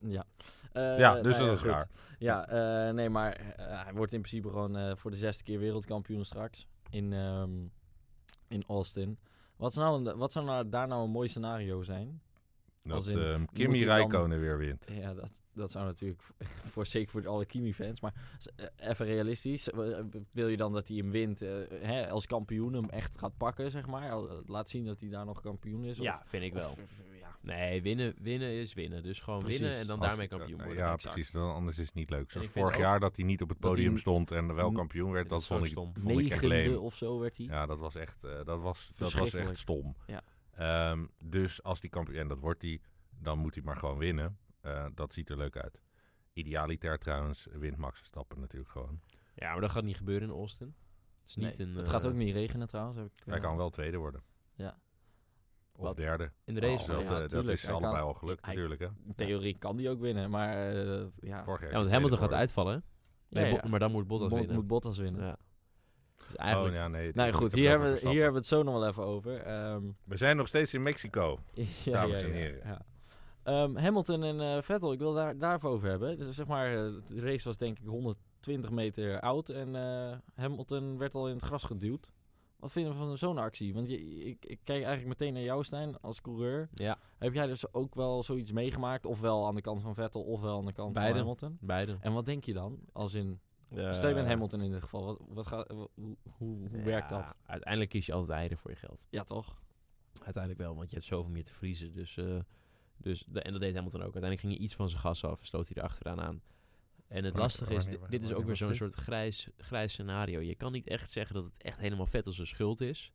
C: ja. Eh,
D: ja, dus
C: nou
D: dat is
C: goed.
D: raar.
C: Ja, eh, nee, maar eh, hij wordt in principe gewoon eh, voor de zesde keer wereldkampioen straks in, ehm, in Austin. Wat zou, nou een- wat zou nou, daar nou een mooi scenario zijn?
D: Dat
C: Als in,
D: ehm,
C: moet
D: Kimi
C: hij dan-
D: Räikkönen weer wint.
C: Ja, dat, dat zou natuurlijk [laughs] voor, voor- zeker voor alle Kimi-fans, maar s- eh, even realistisch. eh, Wil je dan dat hij hem wint eh, hè, als kampioen hem echt gaat pakken, zeg maar? Al- eh, Laat zien dat hij daar nog kampioen is? of-
A: Ja, vind ik wel.
C: of- of- ja,
A: Nee, winnen, winnen is winnen. Dus gewoon
C: Precies.
A: winnen en dan
D: Als-
A: daarmee
D: eh,
A: kampioen
D: eh,
A: worden.
D: Ja,
C: exact.
D: precies. Dan, anders is het niet leuk.
A: En
D: Zoals
A: ik vind
D: vorig
A: ook
D: jaar dat hij niet op het
C: dat hij
D: podium
C: hem-
D: stond en wel
C: Mm.
D: kampioen werd,
A: Dat
D: dat
A: is zo
D: vond ik,
A: stom.
D: vond ik echt
C: negende
D: leem.
C: of zo werd hij.
D: Ja, dat was echt, eh, dat was, dat was echt
C: Verschrikkelijk.
D: stom.
C: Ja.
D: Ehm, dus als die kampioen, en dat wordt hij, dan moet hij maar gewoon winnen. Eh, dat ziet er leuk uit. Idealiter trouwens wint Max Verstappen natuurlijk gewoon.
A: Ja, maar dat gaat niet gebeuren in Austin. Het, is
C: Nee,
A: niet een,
C: het
A: eh,
C: gaat ook niet regenen trouwens. Heb ik,
D: Hij
C: eh,
D: kan wel tweede worden.
C: Ja.
D: Of
C: Wat?
D: derde.
A: In de
D: Dus
A: race.
C: Oh,
D: dat,
C: ja,
D: eh, dat
C: tuurlijk.
D: is
C: Hij
D: allebei
C: kan-
D: al gelukt
C: hij-
D: natuurlijk. Hè?
C: In theorie kan die ook winnen, maar eh,
A: ja,
C: ja.
D: Vorig jaar
A: want
D: is hij
A: Hamilton gaat
D: tweede
A: uitvallen. hè? Nee,
C: Ja,
A: Bo-
C: ja.
A: Maar dan moet Bottas
C: Bot-
A: winnen.
C: moet Bottas winnen.
A: Ja. Dus
D: geworden.
A: eigenlijk,
D: Oh, ja, nee.
C: Nou ja,
D: ik
C: goed,
D: heb
C: hier
D: het
C: hebben,
D: over
C: we- hier
D: Verstappen.
C: hebben we het zo nog wel even over. Ehm,
D: We zijn nog steeds in Mexico.
C: [laughs] ja,
D: Dames
C: ja,
D: en
C: ja,
D: heren.
C: ja. Ehm, Hamilton en eh, Vettel, ik wil daar, daarvoor over hebben. Dus zeg maar, eh, de race was denk ik 120 meter oud en eh, Hamilton werd al in het gras geduwd. Wat vinden we van zo'n actie? Want je, ik, ik kijk eigenlijk meteen naar jou, Stijn, als coureur.
A: ja,
C: Heb jij dus ook wel zoiets meegemaakt? Ofwel aan de kant van Vettel, ofwel aan de kant
A: Beide.
C: van Hamilton?
A: beide.
C: En wat denk je dan? Als in,
A: Eh,
C: Dus stel je bent Hamilton in ieder geval. Wat, wat gaat, hoe hoe, hoe werkt
A: ja,
C: dat?
A: Uiteindelijk kies je altijd eieren voor je geld.
C: Ja, toch?
A: Uiteindelijk wel, want je hebt zoveel meer te verliezen. Dus, eh, dus de- en dat deed Hamilton ook. Uiteindelijk ging je iets van zijn gas af en sloot hij er achteraan aan. En het
D: Maar-
A: lastige is,
D: wanneer-
A: dit is ook
D: wanneer
A: weer
D: was
A: zo'n
D: dit?
A: soort grijs, grijs scenario. Je kan niet echt zeggen dat het echt helemaal vet als zijn schuld is.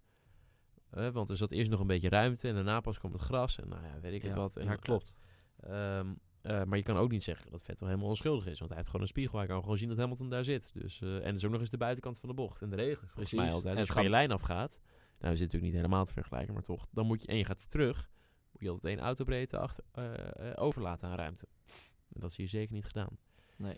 A: Eh, want er zat eerst nog een beetje ruimte en daarna pas komt het gras. En nou ja, weet ik
C: ja,
A: het wat. En,
C: ja, klopt.
A: Ehm, eh, maar je kan ook niet zeggen dat Vettel helemaal onschuldig is. Want hij heeft gewoon een spiegel. Hij kan gewoon zien dat Hamilton daar zit. Dus, eh, en het is ook nog eens de buitenkant van de bocht. En de regen is volgens
C: Precies.
A: mij altijd.
C: En
A: Als
C: het
A: je van je
C: gaat-
A: lijn afgaat. Nou, we zitten natuurlijk niet helemaal te vergelijken. Maar toch, dan moet je... En je gaat terug. Moet je altijd één autobreedte achter, eh, eh, overlaten aan ruimte. En dat is hier zeker niet gedaan.
C: Nee.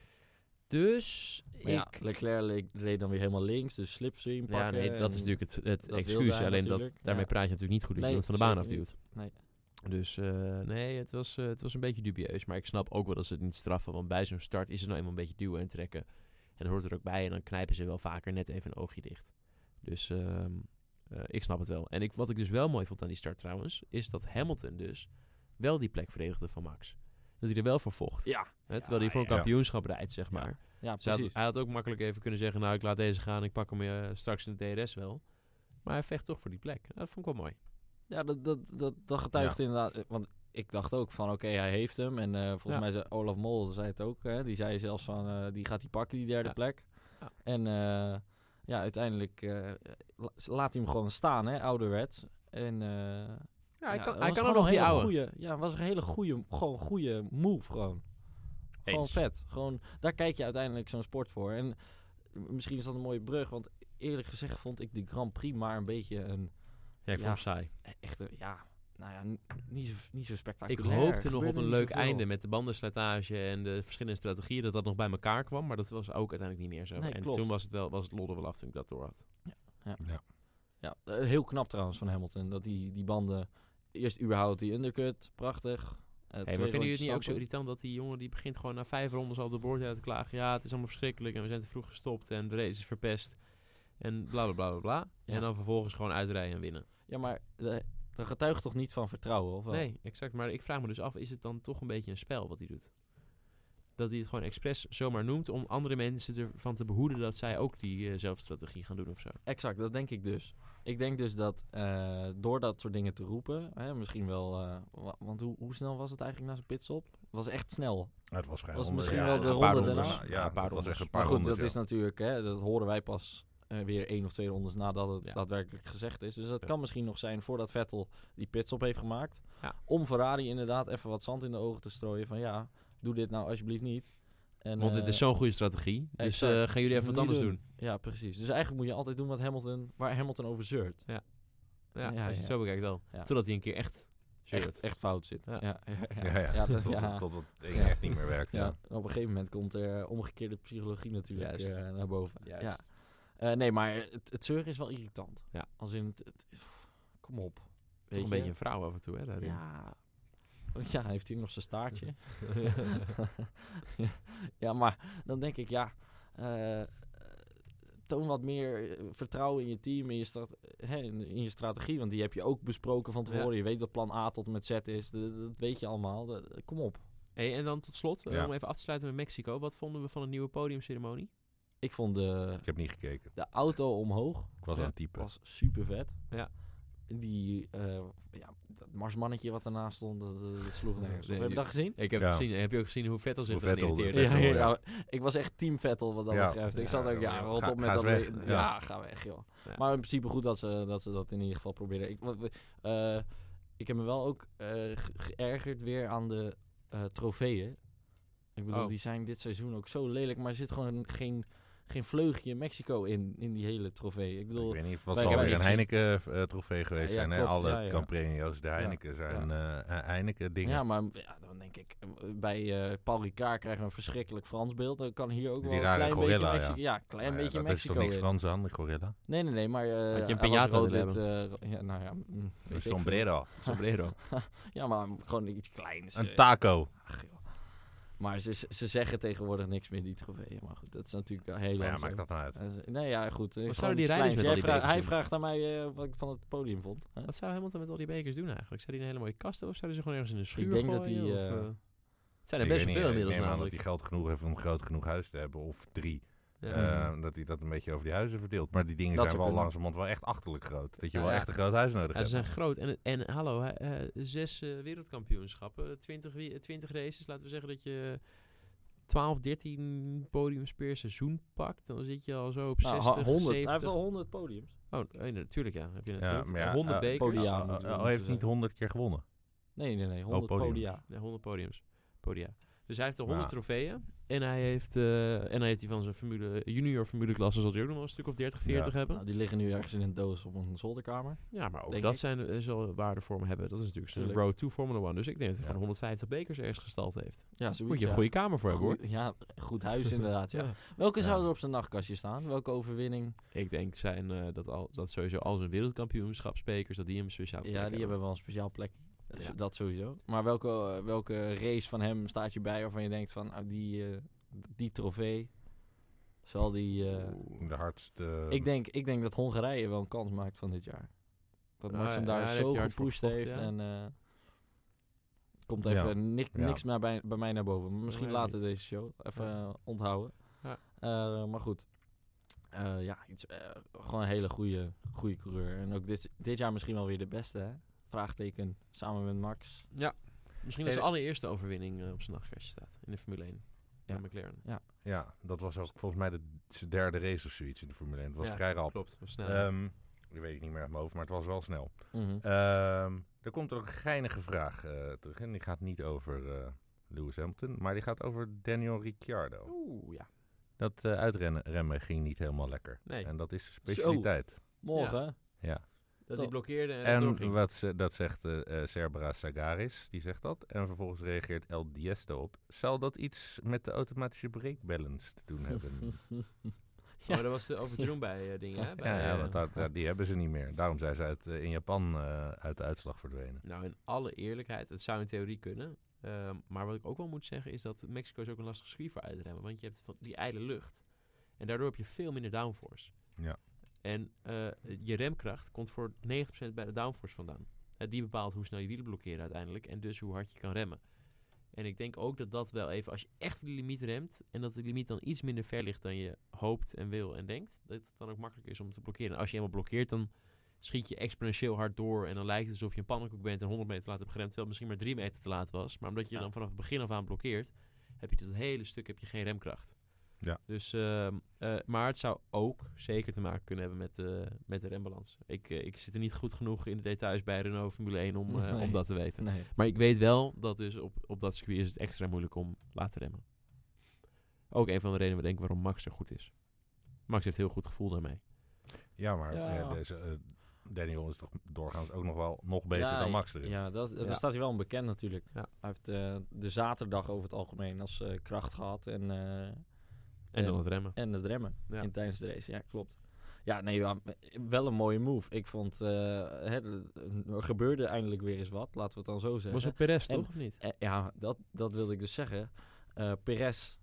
A: Dus
C: Maar ja,
A: ik...
C: Leclerc le- reed dan weer helemaal links, dus slipstream
A: Ja,
C: pakken.
A: nee, dat is
C: en-
A: natuurlijk het, het
C: ehm, dat wilde
A: excuus.
C: hij
A: Alleen dat,
C: natuurlijk,
A: daarmee
C: ja.
A: praat je natuurlijk niet goed dat
C: Nee,
A: je iemand van de baan
C: zeker
A: afduwt.
C: niet.
A: Dus eh, nee, het was, eh, het was een beetje dubieus. Maar ik snap ook wel dat ze het niet straffen. Want bij zo'n start is er nou eenmaal een beetje duwen en trekken. En dat hoort er ook bij. En dan knijpen ze wel vaker net even een oogje dicht. Dus ehm, eh, ik snap het wel. En ik, wat ik dus wel mooi vond aan die start trouwens... is dat Hamilton dus wel die plek verdedigde van Max. Dat hij er wel voor vocht.
C: Ja,
A: Hè, terwijl hij voor een
D: ja.
A: kampioenschap rijdt, zeg
C: Ja,
A: maar.
C: ja,
A: Ze had-
C: precies.
A: hij had ook makkelijk even kunnen zeggen... nou, ik laat deze gaan. Ik pak hem eh, straks in de DRS wel. Maar hij vecht toch voor die plek. Nou, Dat vond ik wel mooi.
C: Ja, dat, dat, dat, dat getuigt inderdaad. eh, Want ik dacht ook van, oké, hij heeft hem. En eh, volgens
A: Ja.
C: mij zei Olaf Mol, zei het ook. Hè, die zei zelfs van, eh, die gaat hij pakken, die derde
A: Ja.
C: plek.
A: Ja.
C: En eh, ja, uiteindelijk eh, la- laat hij hem gewoon staan, hè, ouderwet. En eh,
A: Ja, hij
C: ja,
A: kan,
C: het
A: hij
C: was
A: kan ook
C: gewoon
A: nog die
C: een hele
A: ouwe.
C: goeie, Ja, het was een hele goede, gewoon goede move gewoon. Gewoon
D: Eens.
C: vet. Gewoon, daar kijk je uiteindelijk zo'n sport voor. En misschien is dat een mooie brug, want eerlijk gezegd vond ik de Grand Prix maar een beetje een
A: Ja, ik vond
C: Ja.
A: hem saai.
C: echte, ja, nou ja, n- niet zo, niet zo
A: Ik
C: spectaculair.
A: hoopte nog
C: Gebeurde
A: op een
C: niet
A: leuk
C: zoveel.
A: einde met de bandenslijtage en de verschillende strategieën, dat dat nog bij elkaar kwam. Maar dat was ook uiteindelijk niet meer zo.
C: Nee,
A: en
C: klopt.
A: toen was het, wel, was het lodder wel af toen ik dat door had.
C: Ja, eh, heel knap trouwens van Hamilton, dat die, die banden, eerst überhaupt die undercut, prachtig. Eh,
A: Hey,
C: twee
A: maar vinden jullie
C: rondjes
A: het niet ook zo
C: stappen.
A: irritant dat die jongen die begint gewoon na vijf rondes al op de boord uit te klagen. Ja, het is allemaal verschrikkelijk en we zijn te vroeg gestopt en de race is verpest. En bla bla bla bla bla.
C: Ja.
A: En dan vervolgens gewoon uitrijden en winnen.
C: Ja, maar eh, dat getuigt toch niet van vertrouwen, of wel?
A: Nee, exact. Maar ik vraag me dus af, is het dan toch een beetje een spel wat hij doet? Dat hij het gewoon expres zomaar noemt om andere mensen ervan te behoeden dat zij ook diezelfde strategie gaan doen of zo.
C: Exact, dat denk ik dus. Ik denk dus dat eh, door dat soort dingen te roepen, hè, misschien wel, eh, wa- want hoe, hoe snel was het eigenlijk na zijn pitstop? Het was echt snel.
D: Het was vrij
C: Was
D: onder-
C: misschien
D: ja,
C: wel
D: het
C: de
D: was een paar
C: ronde
D: rondes.
C: daarna?
D: Ja,
A: Ja, een paar
D: dat was
A: rondes.
D: echt een paar
C: Maar goed,
D: rondes,
C: dat is natuurlijk, hè, dat horen wij pas eh, weer één of twee rondes nadat het
A: Ja.
C: daadwerkelijk gezegd is. Dus dat
A: Ja.
C: kan misschien nog zijn voordat Vettel die pitstop heeft gemaakt.
A: Ja.
C: Om Ferrari inderdaad even wat zand in de ogen te strooien van ja, doe dit nou alsjeblieft niet. En,
A: Want
C: eh,
A: dit is zo'n goede strategie. Dus
C: exact.
A: eh, gaan jullie even wat
C: Niet
A: anders
C: doen.
A: doen.
C: Ja, precies. Dus eigenlijk moet je altijd doen wat Hamilton, waar Hamilton over zeurt.
A: Ja,
C: Ja,
A: als je
C: ja.
A: het zo bekijkt wel.
C: Ja.
A: Totdat hij een keer echt
C: Echt,
A: shirt.
C: echt fout zit.
A: Ja.
C: ja, [laughs] ja.
D: Ja,
A: [laughs]
D: ja.
C: Ja, dat-
D: Tot-
C: ja.
D: [laughs] Tot het ding
C: Ja.
D: echt niet meer werkt.
C: Ja.
D: Ja.
C: Op een gegeven moment komt er eh, omgekeerde psychologie natuurlijk
A: Juist.
C: eh, naar boven. Ja. Eh, nee, maar het, het zeuren is wel irritant.
A: Ja.
C: Als in het, het- pff, kom op.
A: Toch
C: Weet
A: een
C: je?
A: beetje een vrouw af en toe, hè? Daarin.
C: Ja. [laughs] Ja, heeft hij nog zijn staartje?
A: [laughs]
C: [laughs] ja, maar dan denk ik, ja, eh, toon wat meer eh, vertrouwen in je team, in je, strat- hè, in, in je strategie. Want die heb je ook besproken van tevoren. Je weet dat plan A tot en met Z is. Dat, dat weet je allemaal. Dat- kom op.
A: Hey, en dan tot slot, eh,
D: Ja.
A: om even af te sluiten met Mexico. Wat vonden we van een nieuwe podiumceremonie?
C: Ik vond de,
D: Ik heb niet gekeken.
C: de auto omhoog
D: Ik was
A: Ja.
D: aan het typen.
C: was super vet.
A: Ja.
C: Die, eh, ja, dat marsmannetje wat ernaast stond, dat, dat- dat sloeg nergens op.
A: Nee,
C: Heb je dat gezien?
A: Ik heb
D: Ja.
A: het gezien. En heb je ook gezien hoe Vettel zich
D: Hoe
A: eraan
D: Vettel-
A: irriteerde?
D: Vettel,
C: ja, ja,
D: ja.
C: ja. ik was echt team Vettel wat dat
D: Ja.
C: betreft. Ik
A: Ja,
C: zat ook, ja,
D: ja.
C: rot
D: Ga-
C: op
D: ga
C: met dat...
D: eens
C: le-
D: weg.
C: Ja.
D: Ja.
C: ga weg, joh.
A: Ja.
C: Maar in principe goed dat ze, dat ze dat in ieder geval proberen. Ik, wat- eh, ik heb me wel ook eh, ge- geërgerd weer aan de eh, trofeeën. Ik bedoel,
A: Oh.
C: die zijn dit seizoen ook zo lelijk, maar er zit gewoon geen, geen vleugje Mexico in, in die hele trofee. Ik bedoel,
D: Ik weet niet, wat
C: wij
D: zal
C: hebben
D: weer een eh,
C: niet
D: Heineken-trofee geweest
C: Ja,
D: zijn. hè?
C: klopt,
D: Alle
C: ja, ja.
D: Campreno's, de Heineken zijn eh, Heineken-dingen.
C: ja, maar ja, dan denk ik, eh, bij eh, Paul Ricard krijgen we een verschrikkelijk Frans beeld. Dan kan hier ook
D: Die
C: wel een
D: rare
C: klein
D: gorilla,
C: beetje,
D: ja.
C: Mexi- ja, klein
D: Maar ja,
C: beetje
D: dat is
C: Mexico
D: toch niks
C: in.
D: Frans aan, de gorilla?
C: Nee, nee, nee, maar... eh
A: Had je een
C: hij was
A: piñata willen
C: rood-wit, eh, ja, nou ja, mm, weet ik veel.
D: [laughs]
A: Sombrero.
C: Ja, maar gewoon iets kleins.
D: Een
C: eh,
D: taco.
C: ach, joh. Maar ze, ze zeggen tegenwoordig niks meer, die trofeeën. Maar goed, dat is natuurlijk heel
D: Maar ja,
C: lang zo.
D: maakt dat nou uit?
C: Eh, ze- Nee, ja, goed. eh, gewoon
A: zouden die rijders
C: iets kleins.
A: met al
C: Jij
A: die
C: vraagt-
A: bekers
C: Hij
A: doen?
C: vraagt aan mij eh, wat ik van het podium vond. Hè?
A: Wat zou Hamilton met al die bekers doen eigenlijk? Zou die een hele mooie kast hebben of zouden ze gewoon ergens in een schuur
C: Ik denk dat
A: gooien,
C: die,
A: of,
C: eh,
A: eh, Het zijn er
D: Ik
A: best wel
D: weet niet, eh,
A: veel
D: ik
A: inmiddels
D: neem aan dat hij
A: namelijk.
D: geld genoeg heeft om een groot genoeg huis te hebben. Of drie.
A: Ja.
D: Eh, dat hij dat een beetje over die huizen verdeelt. Maar die dingen
C: Dat
D: zijn
C: zou
D: wel
C: kunnen.
D: langzamerhand wel echt achterlijk groot. Dat je
A: Ja,
D: wel
A: ja.
D: echt een groot huis nodig
A: Ja, ze
D: hebt.
A: zijn groot. En, en hallo, hè, eh, zes eh, wereldkampioenschappen, 20, wie- eh, 20 races. Laten we zeggen dat je 12, 13 podiums per seizoen pakt. Dan zit je al zo op
C: Nou,
A: 60,
C: 100. Hij
A: 70.
C: heeft al 100 podiums.
A: Oh, nee, natuurlijk ja. Heb je net
D: Ja,
A: genoemd.
D: maar ja,
A: 100
D: eh,
A: bekers.
C: podia.
D: Ja,
C: moeten we
D: hij
C: moeten
D: heeft niet
C: zeggen.
D: honderd keer gewonnen.
C: Nee, nee, nee. 100
D: podiums.
C: podia.
A: Nee, 100 podiums. Podia. Dus hij heeft de 100
D: Ja.
A: trofeeën. En hij heeft, eh, en hij heeft die van zijn formule, junior formuleklasse, zal hij ook nog wel een stuk of 30, 40 hebben.
C: Nou, die liggen nu ergens in een doos op een zolderkamer.
A: Ja, maar ook
C: Denk
A: dat
C: ik.
A: zijn, eh, zal waarde voor hem hebben. Dat is natuurlijk zijn
C: Tuurlijk.
A: Road to Formula One. Dus ik denk dat hij
D: Ja.
A: gewoon 150 bekers ergens gestald heeft.
C: Ja, zoiets.
A: Moet je een
C: ja.
A: goede kamer voor hebben hoor.
C: Goeie- Ja, goed huis inderdaad.
A: [laughs]
C: Ja.
A: Ja.
C: Welke
D: Ja.
C: zou er op zijn nachtkastje staan? Welke overwinning?
A: Ik denk zijn, eh, dat, al, dat sowieso al zijn wereldkampioenschapsbekers, dat die hem speciaal
C: Ja, die hebben wel een speciaal plek.
A: Ja.
C: Zo- Dat sowieso. Maar welke, eh, welke race van hem staat je bij waarvan je denkt van ah, die, eh, die trofee zal die. eh,
D: De hardste...
A: Ehm,
C: ik, denk, ik denk dat Hongarije wel een kans maakt van dit jaar. Dat
A: Ja,
C: Max hem
A: ja,
C: daar
A: daar heeft
C: zo
A: hij hard voor
C: gepusht
A: gevochten,
C: heeft
A: ja.
C: en eh, komt
D: Ja.
C: even ni-
D: Ja.
C: niks naar bij, bij mij naar boven. Maar Misschien
A: mij
C: later deze show. Even
A: Ja.
C: eh, onthouden.
A: Ja.
C: Eh, maar goed. Eh, ja, iets, eh, gewoon een hele goede, goede coureur. En ook dit, dit jaar misschien wel weer de beste, hè? Vraagteken, samen met Max.
A: Misschien is
D: Hey,
A: zijn allereerste overwinning eh, op zijn nachtkastje staat in de Formule 1.
C: Ja.
A: Ja, McLaren.
D: Ja, dat was ook volgens mij de, zijn derde race of zoiets in de Formule 1. Dat was
A: Ja,
D: vrij rap.
A: Klopt, was snel.
D: Ehm dat weet ik niet meer uit mijn hoofd, maar het was wel snel.
C: Mhm.
D: Ehm, er komt ook een geinige vraag eh, terug. En die gaat niet over eh Lewis Hamilton, maar die gaat over Daniel Ricciardo.
A: Oeh, ja.
D: Dat eh, uitrennen remmen ging niet helemaal lekker.
A: Nee,
D: En dat is zijn specialiteit.
C: Morgen.
D: Ja.
A: dat die blokkeerde en,
D: En
A: doorging.
D: wat ze, dat zegt eh eh, Cerbera Sagaris, die zegt dat. En vervolgens reageert El Diesto op. Zal dat iets met de automatische breakbalance te
A: [laughs]
D: doen hebben?
A: Maar dat Oh, was de overtune bij eh, dingen, hè? Bij,
D: Ja, ja
A: eh,
D: want dat, dat- die hebben ze niet meer. Daarom zijn ze uit, eh, in Japan eh, uit de uitslag verdwenen.
A: Nou, in alle eerlijkheid, het zou in theorie kunnen. Ehm, maar wat ik ook wel moet zeggen is dat Mexico is ook een lastig circuit voor uitremmen. Want je hebt van die ijle lucht. En daardoor heb je veel minder downforce.
D: Ja.
A: En eh, je remkracht komt voor 90% bij de downforce vandaan. En die bepaalt hoe snel je wielen blokkeren uiteindelijk. En dus hoe hard je kan remmen. En ik denk ook dat dat wel even, als je echt de limiet remt. En dat de limiet dan iets minder ver ligt dan je hoopt en wil en denkt. Dat het dan ook makkelijker is om te blokkeren. En als je eenmaal blokkeert, dan schiet je exponentieel hard door. En dan lijkt het alsof je een pannenkoek bent en 100 meter te laat hebt geremd. Terwijl het misschien maar 3 meter te laat was. Maar omdat je
C: Ja.
A: dan vanaf het begin af aan blokkeert, heb je dat hele stuk heb je geen remkracht.
D: Ja.
A: Dus, ehm, eh, maar het zou ook zeker te maken kunnen hebben met, eh, met de rembalans. Ik, eh, ik zit er niet goed genoeg in de details bij Renault Formule 1 om, eh,
C: Nee.
A: om dat te weten.
C: Nee.
A: Maar ik weet wel dat dus op, op dat circuit is het extra moeilijk om laat te remmen. Ook een van de redenen denk ik waarom Max er goed is. Max heeft heel goed gevoel daarmee.
D: Ja, maar
C: Ja.
D: eh, deze, eh, Daniel is toch doorgaans ook nog wel nog beter
C: Ja,
D: dan Max erin.
C: Ja, dat,
A: Ja.
C: daar staat hij wel een bekend natuurlijk.
A: Ja.
C: Hij heeft eh, de zaterdag over het algemeen als eh, kracht gehad en, eh,
A: En
C: Ja.
A: dan het remmen.
C: en het remmen
A: Ja.
C: in tijdens de race. Ja, klopt. Ja, nee, ja, wel een mooie move. Ik vond, eh, hè, er gebeurde eindelijk weer eens wat, laten we het dan zo zeggen.
A: Was het Perez,
C: Eh, En-
A: toch? Of niet?
C: Eh, ja, dat, dat wilde ik dus zeggen. Eh Perez,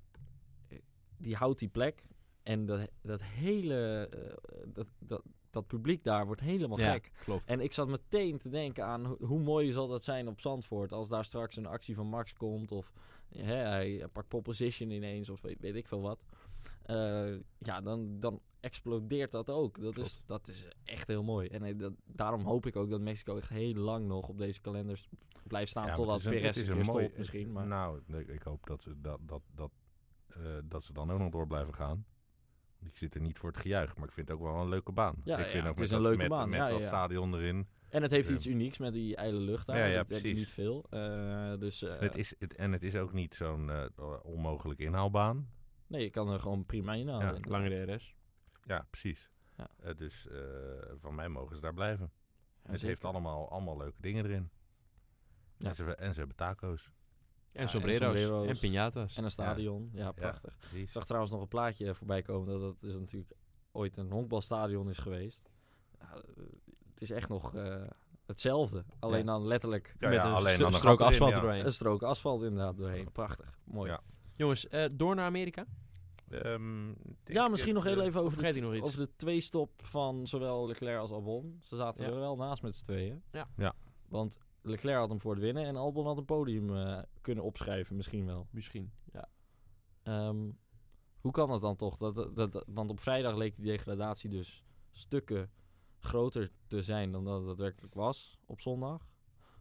C: eh, die houdt die plek. En dat, dat hele... eh, dat, dat, dat publiek daar wordt helemaal gek.
A: klopt.
C: En ik zat meteen te denken aan ho- hoe mooi zal dat zijn op Zandvoort. Als daar straks een actie van Max komt. Of hè, hij pakt pole position ineens. Of weet, weet ik veel wat. Eh, ja, dan, dan explodeert dat ook. Dat is,
A: Klopt.
C: dat is echt heel mooi. En eh, dat, daarom hoop ik ook dat Mexico echt heel lang nog op deze kalenders blijft staan.
D: Ja, maar
C: totdat
D: het is een- het
C: Perez
D: is
C: een
D: een
C: keer
D: mooi-
C: stopt misschien. Maar
D: Nou, nee, ik hoop dat ze, dat, dat, dat, eh, dat ze dan ook nog door blijven gaan. Ik zit er niet voor het gejuich, maar ik vind het ook wel een leuke baan.
C: Ja,
D: ik
C: ja,
D: vind
C: het
D: ook
C: is
D: met
C: een
D: dat-
C: leuke
D: met-
C: baan.
D: Met
C: Ja,
D: dat
C: ja, ja.
D: stadion erin.
C: en het heeft
D: Ja.
C: iets unieks met die ijle lucht daar.
D: Ja, ja,
C: dat heb je
D: precies.
C: niet veel. Eh, dus, eh,
D: En het is, het, en het is ook niet zo'n eh, onmogelijk inhaalbaan.
C: Nee, je kan er gewoon prima in halen. inderdaad.
A: Lange DRS.
D: Ja, precies.
C: Ja.
D: Eh, dus eh, van mij mogen ze daar blijven.
C: Ja,
D: het heeft
C: zeker.
D: allemaal, allemaal leuke dingen erin.
C: Ja.
D: En, ze, en ze hebben taco's.
A: En
C: en
A: sombrero's.
C: sombrero's.
A: En piñatas.
C: En een stadion. Ja, prachtig.
D: Precies.
C: Ik zag trouwens nog een plaatje voorbij komen. Dat dat is natuurlijk ooit een honkbalstadion is geweest. Nou, eh, het is echt nog eh, hetzelfde. Alleen
A: Ja.
C: dan letterlijk
D: Ja,
A: Met
D: ja,
A: een
D: alleen
A: st-
D: dan een
A: strook
D: gat erin,
A: asfalt
D: ja.
A: doorheen.
C: een strook asfalt inderdaad doorheen. Prachtig. Mooi.
D: Ja.
C: Ja,
A: Jongens, eh, door naar Amerika.
D: Ehm, ik denk
C: misschien nog
D: dat,
C: heel
D: eh,
C: even over de,
A: vergeet ik nog iets?
C: over de tweestop van zowel Leclerc als Albon. Ze zaten
A: Ja.
C: er wel naast met z'n tweeën.
A: Ja.
D: Ja.
C: Want Leclerc had hem voor het winnen en Albon had een podium eh, kunnen opschrijven misschien wel.
A: Misschien. Ja.
C: Ehm, hoe kan dat dan toch? Dat, dat, dat- want op vrijdag leek die degradatie dus stukken groter te zijn dan dat het daadwerkelijk was op zondag.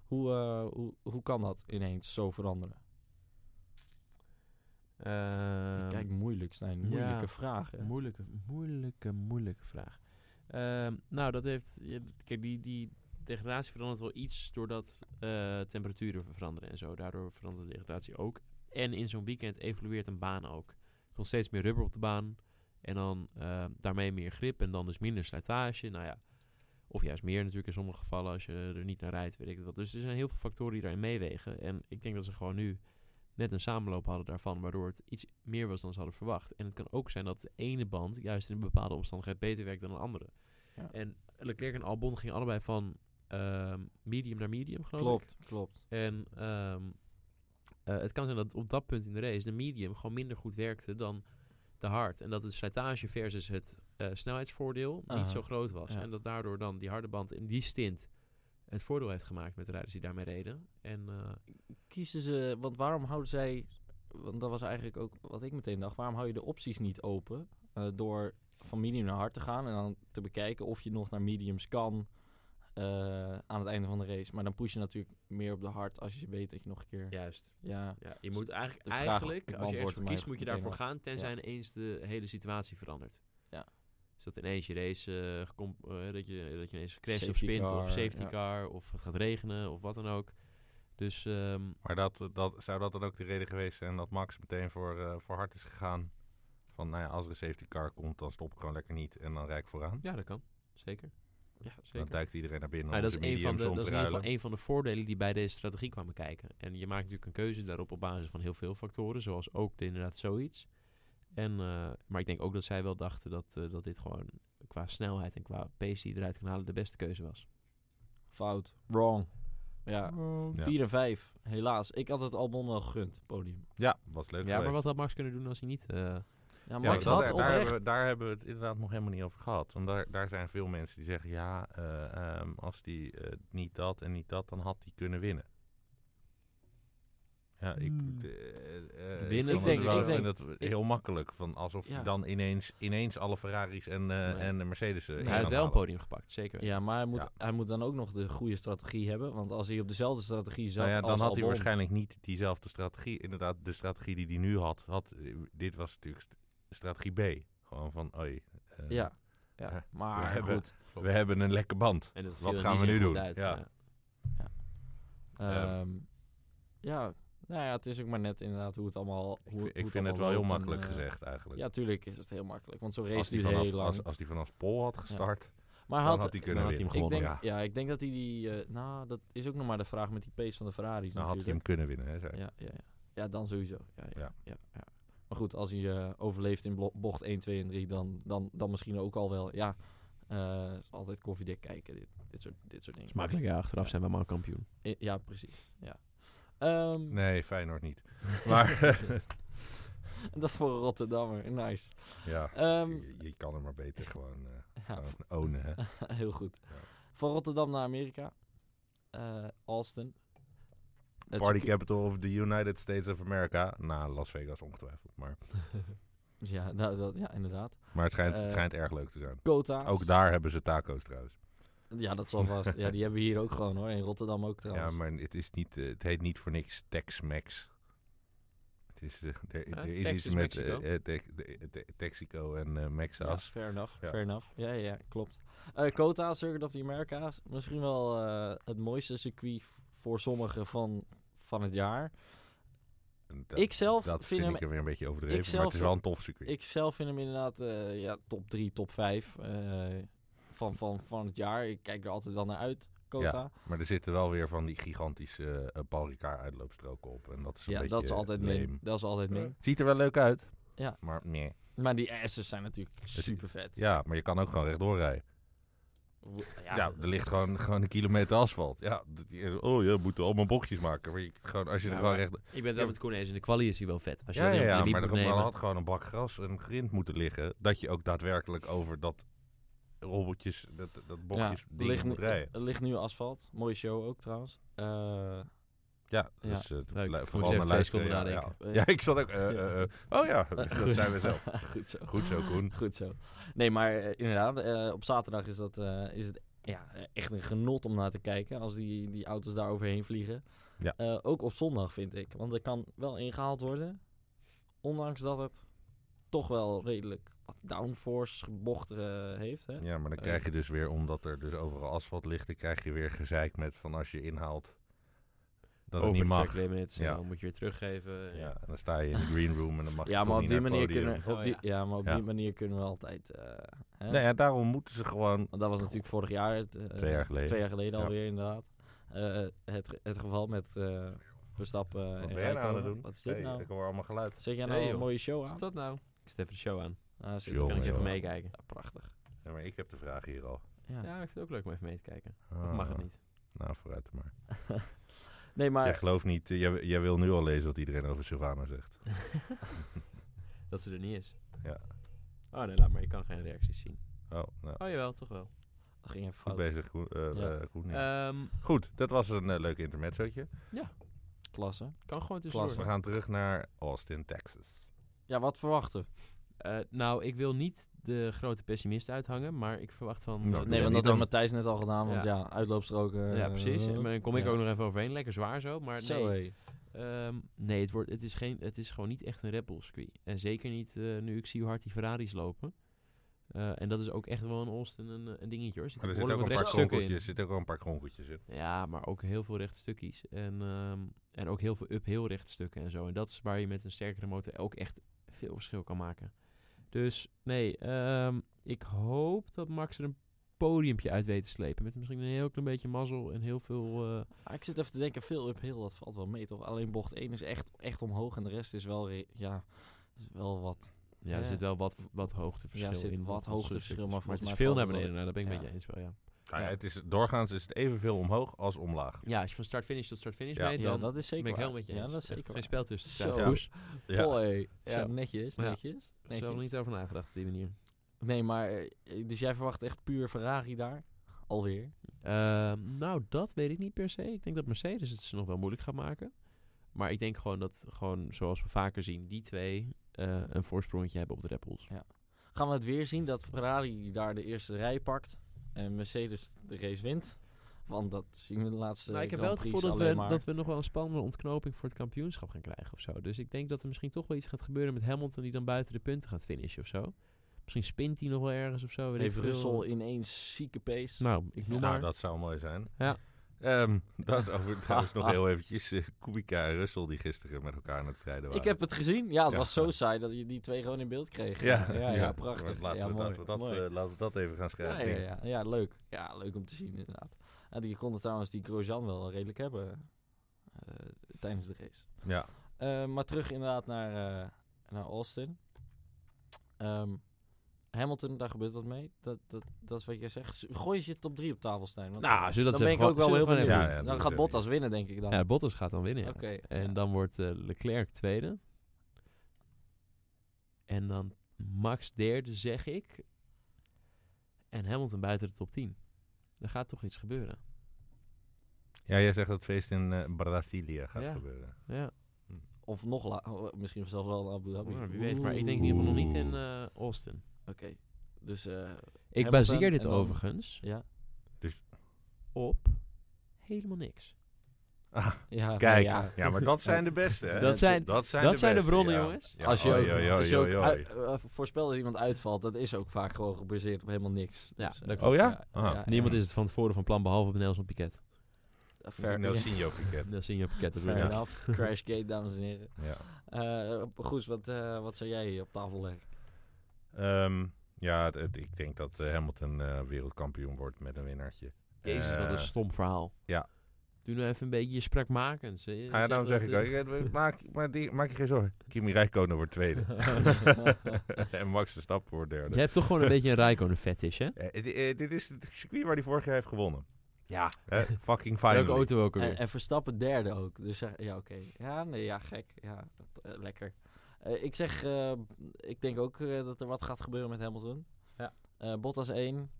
C: Hoe, eh, hoe, hoe kan dat ineens zo veranderen?
A: Ehm,
C: Kijk, moeilijk zijn. Moeilijke vragen.
A: Moeilijke, moeilijke, moeilijke vraag. Ehm, nou, dat heeft. ja, Kijk, die, die degradatie verandert wel iets doordat eh, temperaturen veranderen en zo. Daardoor verandert de degradatie ook. En in zo'n weekend evolueert een baan ook. Er komt steeds meer rubber op de baan. En dan eh, daarmee meer grip en dan dus minder slijtage. Nou ja, of juist meer natuurlijk in sommige gevallen als je er niet naar rijdt, weet ik het wat. Dus er zijn heel veel factoren die daarin meewegen. En ik denk dat ze gewoon nu net een samenloop hadden daarvan, waardoor het iets meer was dan ze hadden verwacht. En het kan ook zijn dat de ene band juist in een bepaalde omstandigheid beter werkt dan een andere.
C: Ja.
A: En Leclerc en Albon gingen allebei van ehm, medium naar medium, geloof ik.
C: Klopt, klopt.
A: En ehm, eh, het kan zijn dat op dat punt in de race de medium gewoon minder goed werkte dan de hard. En dat het slijtage versus het eh, snelheidsvoordeel
C: Aha.
A: niet zo groot was.
C: Ja.
A: En dat daardoor dan die harde band in die stint het voordeel heeft gemaakt met de rijders die daarmee reden. En eh,
C: Kiezen ze, want waarom houden zij, want dat was eigenlijk ook wat ik meteen dacht, waarom hou je de opties niet open eh, door van medium naar hard te gaan en dan te bekijken of je nog naar mediums kan eh, aan het einde van de race. Maar dan push je natuurlijk meer op de hard als je weet dat je nog een keer, ja,
A: juist, Ja, je moet eigenlijk,
C: Dus de vraag
A: eigenlijk als je
C: beantwoordt
A: ergens voor
C: hem
A: kiest, moet je
C: eigenlijk
A: daarvoor
C: meteen
A: gaan, tenzij ineens de hele situatie verandert.
C: Ja.
A: Dus dat ineens je race, eh, gecom- eh, dat, je, dat je ineens crasht of
C: Safety
A: spint of
C: car,
A: safety
C: ja.
A: car of het gaat regenen of wat dan ook. Dus ehm,
D: Maar dat, dat, zou dat dan ook de reden geweest zijn dat Max meteen voor, eh, voor hard is gegaan? Van, nou ja, als er een safety car komt, dan stop ik gewoon lekker niet en dan rijd ik vooraan.
A: ja, dat kan. Zeker.
C: Ja,
D: Dan
A: zeker.
D: duikt iedereen naar binnen
A: Nou,
D: om
A: dat is,
D: de
A: een van de,
D: mediums
A: dat
D: om
A: is
D: te
A: in ieder
D: ruilen.
A: geval een van de voordelen die bij deze strategie kwamen kijken. En je maakt natuurlijk een keuze daarop op basis van heel veel factoren, zoals ook de- inderdaad zoiets. En, eh, maar ik denk ook dat zij wel dachten dat, eh, dat dit gewoon qua snelheid en qua pace die je eruit kan halen de beste keuze was.
C: fout, wrong. Ja,
D: Ja.
C: 4 en 5, helaas. Ik had het Albon wel gegund, podium.
D: Ja, was leuk
A: Ja, maar
D: geweest.
A: wat had Max kunnen doen als hij niet... eh,
C: Ja,
D: Ja,
C: Max
D: dat-
C: had
D: daar, daar
C: oprecht
D: hebben we, daar hebben we het inderdaad nog helemaal niet over gehad. Want daar, daar zijn veel mensen die zeggen, ja, eh, ehm, als die eh, niet dat en niet dat, dan had hij kunnen winnen. Ja, ik,
A: Hmm.
D: eh, eh,
A: Winnen,
D: ik
A: ik
D: vind
A: denk-
D: het wel-
A: ik
D: ik vind
C: denk-
D: dat heel makkelijk. Van alsof hij
C: Ja.
D: dan ineens, ineens alle Ferraris en, eh, en de Mercedes'en in
A: hij heeft
D: kan
A: wel een
D: halen.
A: podium gepakt, zeker.
C: Ja, maar hij moet,
D: Ja.
C: hij moet dan ook nog de goede strategie hebben. Want als hij op dezelfde strategie zat
D: Nou ja,
C: als
D: dan had hij
C: Albon-
D: waarschijnlijk niet diezelfde strategie. Inderdaad, de strategie die hij nu had. had eh, dit was natuurlijk st- strategie B. Gewoon van, oei, eh,
C: Ja, ja.
D: Ja,
C: maar
D: we hebben-
C: goed.
D: we hebben een lekke band.
A: En dat
D: Wat
A: viel
D: gaan
A: niet
D: we
A: zo
D: nu
A: goed
D: doen?
A: uit,
D: Ja.
C: Ehm, ja, nou ja, het is ook maar net inderdaad hoe het allemaal... Hoe,
D: Ik,
C: hoe
D: vind- ik vind
C: allemaal
D: het wel heel
C: loopt en,
D: makkelijk
C: eh,
D: gezegd eigenlijk.
C: Ja, tuurlijk is het heel makkelijk. Want zo'n
D: als,
C: race
D: die
C: duurt heel
D: vanaf,
C: lang.
D: als, als die vanaf Pol had gestart,
C: maar
D: dan had hij kunnen
A: dan had hij hem
C: ik
D: winnen.
A: gewonnen,
C: denk, ja. ik denk dat hij die... eh, nou, dat is ook nog maar de vraag met die pace van de Ferraris
D: Dan had hij
C: natuurlijk.
D: hem kunnen winnen. Hè, zei hij.
C: Ja, ja, ja. ja, dan sowieso. Ja, ja,
D: Ja.
C: ja. ja, Maar goed, als hij eh, overleeft in blo- bocht 1, 2 en 3, dan, dan, dan misschien ook al wel. Ja, Eh, altijd koffiedik kijken, dit, dit, soort, dit soort dingen.
A: Smakelijk, ja, achteraf
C: Ja.
A: zijn we maar kampioen.
C: I- Ja, precies. Ja. Ehm,
D: Nee, Feyenoord
C: [laughs]
D: niet. Maar
C: Dat is voor een Rotterdammer. Nice.
D: ja,
C: Ehm,
D: je, je kan er maar beter gewoon, eh
C: ja,
D: gewoon ownen. Hè?
C: [laughs] Heel goed.
D: Ja.
C: Van Rotterdam naar Amerika. Eh, Austin. Het
D: Party
C: circuit-
D: capital of the United States of America. Na Las Vegas ongetwijfeld. Maar,
C: Ja, nou, dat, ja, inderdaad.
D: maar het, schijnt,
C: Eh,
D: het schijnt erg leuk te zijn.
C: Kota.
D: Ook daar hebben ze taco's trouwens.
C: Ja, dat zal vast. ja,
D: [laughs]
C: die hebben we hier ook gewoon hoor. In Rotterdam ook
D: Ja,
C: trouwens.
D: maar het, is niet, eh, het heet niet voor niks Tex-Mex. Het is, eh, er,
A: Ja,
D: er is
A: Texas,
D: iets met eh,
A: Mexico.
D: eh, Tex- de- de- Texico en eh,
C: Ja,
D: Texas.
C: fair enough.
D: Ja.
C: Fair enough. Ja, ja, ja, klopt. Eh Kota, Circuit of the Americas. Misschien wel eh, het mooiste circuit v- voor sommigen van, van het jaar.
D: En dat-
C: Ik zelf
D: dat
C: vind
D: vind
C: hem-
D: ik er weer een beetje overdreven, maar
C: zelf-
D: het is wel een tof circuit.
C: Ik zelf vind hem inderdaad eh, ja, top 3, top 5 van, van, van het jaar. Ik kijk er altijd wel naar uit, Kota.
D: Maar er zitten wel weer van die gigantische eh, Paul Ricard uitloopstroken op. En dat is een
C: Ja,
D: beetje eh,
C: dat is altijd
D: lame.
C: min. Dat is altijd min.
D: Ziet er wel leuk uit.
C: Ja.
D: Maar nee.
C: Maar die S's zijn natuurlijk super vet.
D: Ja, maar je kan ook gewoon rechtdoor rijden. Ja, er ligt gewoon, gewoon een kilometer asfalt. Ja, d- die- oh, je moet allemaal bochtjes maken. Maar je, gewoon, als je
A: Ja,
D: er gewoon
A: maar-
D: recht...
A: Ik ben het wel met Koen eens. In de kwalie is hij wel vet. Als je
D: Ja,
A: dat
D: ja,
A: niet op
D: ja,
A: de limiet
D: maar er
A: moet nemen.
D: had gewoon een bak gras en grind moeten liggen. Dat je ook daadwerkelijk over dat robbeltjes, dat, dat bochtjes
C: er
D: ding
C: ligt
D: moet
C: nu-
D: rijden.
C: Er ligt nu asfalt. Mooie show ook trouwens. Eh,
D: Ja,
C: Ja.
D: dus eh,
A: Leuk.
D: lu-
A: Moet je
D: vooral
A: even
D: naar
A: twee
D: luisteren.
A: seconden
D: Ja,
A: nadenken.
D: ja. Ja, ik zat ook... eh, eh, eh, oh
C: [laughs]
D: ja, [laughs] dat zijn we zelf.
C: goed zo.
D: Goed zo,
C: [laughs]
D: Koen.
C: Goed zo. Nee, maar eh, inderdaad, eh, op zaterdag is, dat, eh, is het ja, eh, echt een genot om naar te kijken als die, die auto's daar overheen vliegen.
D: Ja.
C: Eh, ook op zondag vind ik, want er kan wel ingehaald worden. Ondanks dat het toch wel redelijk wat downforce bochten heeft. Hè?
D: Ja, maar dan
C: Eh.
D: krijg je dus weer, omdat er dus overal asfalt ligt, dan krijg je weer gezeik met van als je inhaalt dat het niet
A: Over
D: mag.
A: track limits. en
D: Ja.
A: Dan moet je weer teruggeven.
D: Ja, en dan sta je in de green room en dan mag je
C: Ja,
D: toch
C: maar op
D: niet
C: die
D: naar het
C: manier
D: podium.
C: kunnen, op
A: Oh,
C: die,
A: ja.
C: ja, maar op
D: Ja.
C: die manier kunnen we altijd. eh, hè?
D: Nou ja, daarom moeten ze gewoon...
C: Want dat was natuurlijk vorig jaar, het, eh,
D: Twee jaar geleden.
C: twee jaar geleden
D: Ja.
C: alweer inderdaad. Eh, het, het geval met eh, Verstappen en
D: Wat ben jij nou aan het
C: Räikkönen.
D: doen?
C: Wat is dit
D: Hey,
C: nou?
D: Ik hoor allemaal geluid.
C: Zet jij
A: Nee,
C: nou een
A: joh.
C: mooie show
A: Wat is
C: aan?
A: dat nou? Ik zet even de show aan.
C: Ah, zit-
D: Jongen,
A: kan ik even
D: jongen.
A: meekijken.
C: Ja, prachtig.
D: Ja, maar ik heb de vraag hier al.
C: Ja.
A: Ja, ik vind het ook leuk om even mee te kijken.
D: Ah,
A: Of mag het
D: [laughs]
A: niet?
D: Nou, vooruit dan maar.
C: Nee, maar
D: Jij gelooft niet, eh, jij, jij wil nu al lezen wat iedereen over Sylvana zegt.
A: Dat ze er niet is.
D: Ja.
A: Oh nee, laat maar. Je kan geen reacties zien.
D: Oh, nou,
A: Oh jawel, toch wel.
C: dat ging even
D: goed
C: fout.
D: bezig, Koen. eh,
C: Ja.
D: eh, Koen, ja.
A: Ehm,
D: Goed, dat was een eh, leuk intermezzootje.
C: Klasse.
A: kan gewoon tussendoor.
D: We gaan terug naar Austin, Texas.
C: Ja, wat verwachten?
A: Eh, nou, ik wil niet de grote pessimist uithangen, maar ik verwacht van... eh,
D: Nou, Ja,
C: Mm. Nee, want
D: niet
C: dat
D: dan-
C: heeft Matthijs net al gedaan, want ja,
A: Ja.
C: uitloopstroken.
A: ja, precies.
C: eh,
A: En dan kom ik
C: ja.
A: ook nog even overheen. Lekker zwaar zo, maar
C: Zo,
A: nee.
C: hé.
A: Ehm, nee, het, wordt, het, is geen, het is gewoon niet echt een Red Bull circuit. En zeker niet eh, nu ik zie hoe hard die Ferraris lopen. Eh, en dat is ook echt wel in Austin een, eh, een dingetje hoor.
D: Maar
A: zitten
D: er zitten ook, een paar
A: behoorlijk wat rechte stukken
D: kronkeltjes- er zitten ook wel een paar kronkeltjes in.
A: in. Ja, maar ook heel veel rechtstukjes. En, ehm, en ook heel veel uphill rechtstukken en zo. En dat is waar je met een sterkere motor ook echt veel verschil kan maken. Dus nee, ehm, ik hoop dat Max er een podiumpje uit weet te slepen. Met misschien een heel klein beetje mazzel en heel veel... eh,
C: Ah, ik zit even te denken, veel uphill, dat valt wel mee toch? Alleen bocht 1 is echt, echt omhoog en de rest is wel, re- ja, is wel wat.
A: Ja,
C: Ja.
A: er zit wel wat, wat hoogteverschil
C: Ja, er zit
A: in.
C: wat hoogteverschil, maar volgens
A: het is
C: mij
A: veel
C: valt
A: naar
C: het wel
A: beneden. Nou, daar ben ik
C: Ja.
A: met je eens wel, ja.
D: Nou ja,
C: Ja.
D: het is, doorgaans is het evenveel omlaag als omlaag.
A: Ja, als je van start-finish tot start-finish
D: Ja.
A: bent,
C: ja,
A: dan
C: dat is zeker
A: ben ik heel
C: waar.
A: met je
C: Ja,
A: eens.
C: dat is
A: Er is
C: zeker
A: Geen
C: waar.
A: spel tussen.
C: Zo.
A: Ja. Goed.
D: Ja.
C: Hoi. Ja,
A: Zo.
C: netjes,
A: Ja.
C: netjes.
A: Ik heb er
C: netjes.
A: niet over nagedacht op die manier.
C: Nee, maar, eh, dus jij verwacht echt puur Ferrari daar? Alweer?
A: Ehm, nou, dat weet ik niet per se. Ik denk dat Mercedes het ze nog wel moeilijk gaat maken. Maar ik denk gewoon dat, gewoon, zoals we vaker zien, die twee eh, een voorsprongetje hebben op de Red Bulls.
C: Gaan we het weer zien dat Ferrari daar de eerste rij pakt en Mercedes de race wint? Want dat zien we de laatste
A: Nou, ik heb wel
C: Grand
A: het gevoel
C: Prix
A: dat
C: alleen
A: we,
C: maar.
A: dat we nog wel een spannende ontknoping voor het kampioenschap gaan krijgen of zo. Dus ik denk dat er misschien toch wel iets gaat gebeuren met Hamilton die dan buiten de punten gaat finishen of zo. Misschien spint hij nog wel ergens of zo. weet
C: Heeft
A: ik veel.
C: Russell ineens zieke pace?
A: Nou, ik noem
D: Nou,
A: maar.
D: dat zou mooi zijn.
A: Ja.
D: Ehm, dat is
C: [laughs]
D: over trouwens nog heel eventjes eh, Kubica en Russell die gisteren met elkaar aan het strijden waren.
C: ik heb het gezien. Ja, het
D: Ja.
C: was zo saai dat je die twee gewoon in beeld kreeg.
D: ja,
C: ja, ja,
D: ja.
C: prachtig.
D: Laten,
C: ja,
D: we,
C: mooi.
D: laten, we dat,
C: mooi.
D: eh, laten we dat even gaan
C: ja,
D: schrijven.
C: ja, ja, ja, leuk. Ja, leuk om te zien inderdaad. En je kon trouwens die Grosjean wel redelijk hebben eh, tijdens de race.
D: Ja.
C: Eh, maar terug inderdaad naar, eh, naar Austin. Ehm, Hamilton, daar gebeurt wat mee. Dat, dat, dat is wat jij zegt. Z- Gooi je het op drie op tafel, Stijn. want
A: Nou, zullen we dat
C: dan ben
A: zeggen?
C: ik ook wel heel
A: Zullen we
C: benieuwd.
A: gewoon even-
D: even- Ja, ja,
C: dan
D: dat
C: gaat
D: is-
C: Bottas winnen, denk ik dan.
A: Ja, Bottas gaat dan winnen, ja.
C: Oké.
A: En
C: ja.
A: dan wordt eh, Leclerc tweede. En dan Max derde, zeg ik. En Hamilton buiten de top 10. Er gaat toch iets gebeuren.
D: Ja, jij zegt dat het feest in eh, Brazilië gaat
A: Ja.
D: gebeuren.
A: Ja,
C: Of nog la- oh, misschien zelfs wel in Abu Dhabi.
A: maar wie weet. Maar ik denk in ieder geval nog niet in eh, Austin.
C: Oké. Dus, eh,
A: Ik
C: Hamilton
A: baseer dit
C: en dan-
A: overigens
C: ja.
D: Dus-
A: op helemaal niks.
C: ja.
D: Ah, Kijk,
C: nou
D: ja. maar dat zijn de
C: [laughs]
D: beste, hè?
A: Dat zijn- dat zijn de
D: beste,
A: bronnen,
D: ja.
A: jongens.
D: Eh, Ja,
C: als je
D: oi,
C: ook,
D: oi,
C: als je
D: oi,
C: ook
D: oi.
C: uit- eh, voorspelt dat iemand uitvalt, dat is ook vaak gewoon gebaseerd op helemaal niks.
A: Ja,
C: eh,
A: dat
D: klopt. Oh ja? Ah.
A: Niemand is het van tevoren van plan, behalve Nelson Piquet.
C: Fair,
D: Nelsinho Piquet.
A: Nelson Piquet, dat
C: fair
A: wil ik.
C: enough. Crashgate, dames en heren.
D: [laughs] Ja.
C: Eh goed, wat, eh, wat zou jij op tafel leggen?
D: Ehm, ja, het- het- ik denk dat eh, Hamilton eh, wereldkampioen wordt met een winnaartje.
A: Jezus, wat
D: Eh,
A: een stom verhaal.
D: ja.
A: Doe nou even een beetje sprakmakend. hè.
D: Ah, ja, daarom
A: dat
D: zeg ik
A: het-
D: ook,
A: [laughs]
D: eh, maak, maar die, maak je geen zorgen. Kimi Räikkönen wordt tweede. en Max Verstappen wordt derde.
A: Je hebt toch gewoon een beetje een Rijkonen fetish, hè?
D: Eh, eh, di- eh, dit is het circuit waar hij vorig jaar heeft gewonnen.
A: Ja.
D: Eh, fucking
A: Welke
D: finally.
A: auto ook
C: En,
A: alweer?
C: en Verstappen derde ook. Dus eh, ja, oké. Ja, nee, ja, gek. Ja, dat, eh, lekker. Eh, ik zeg, eh, ik denk ook eh, dat er wat gaat gebeuren met Hamilton.
A: Ja.
C: Eh, Bottas 1.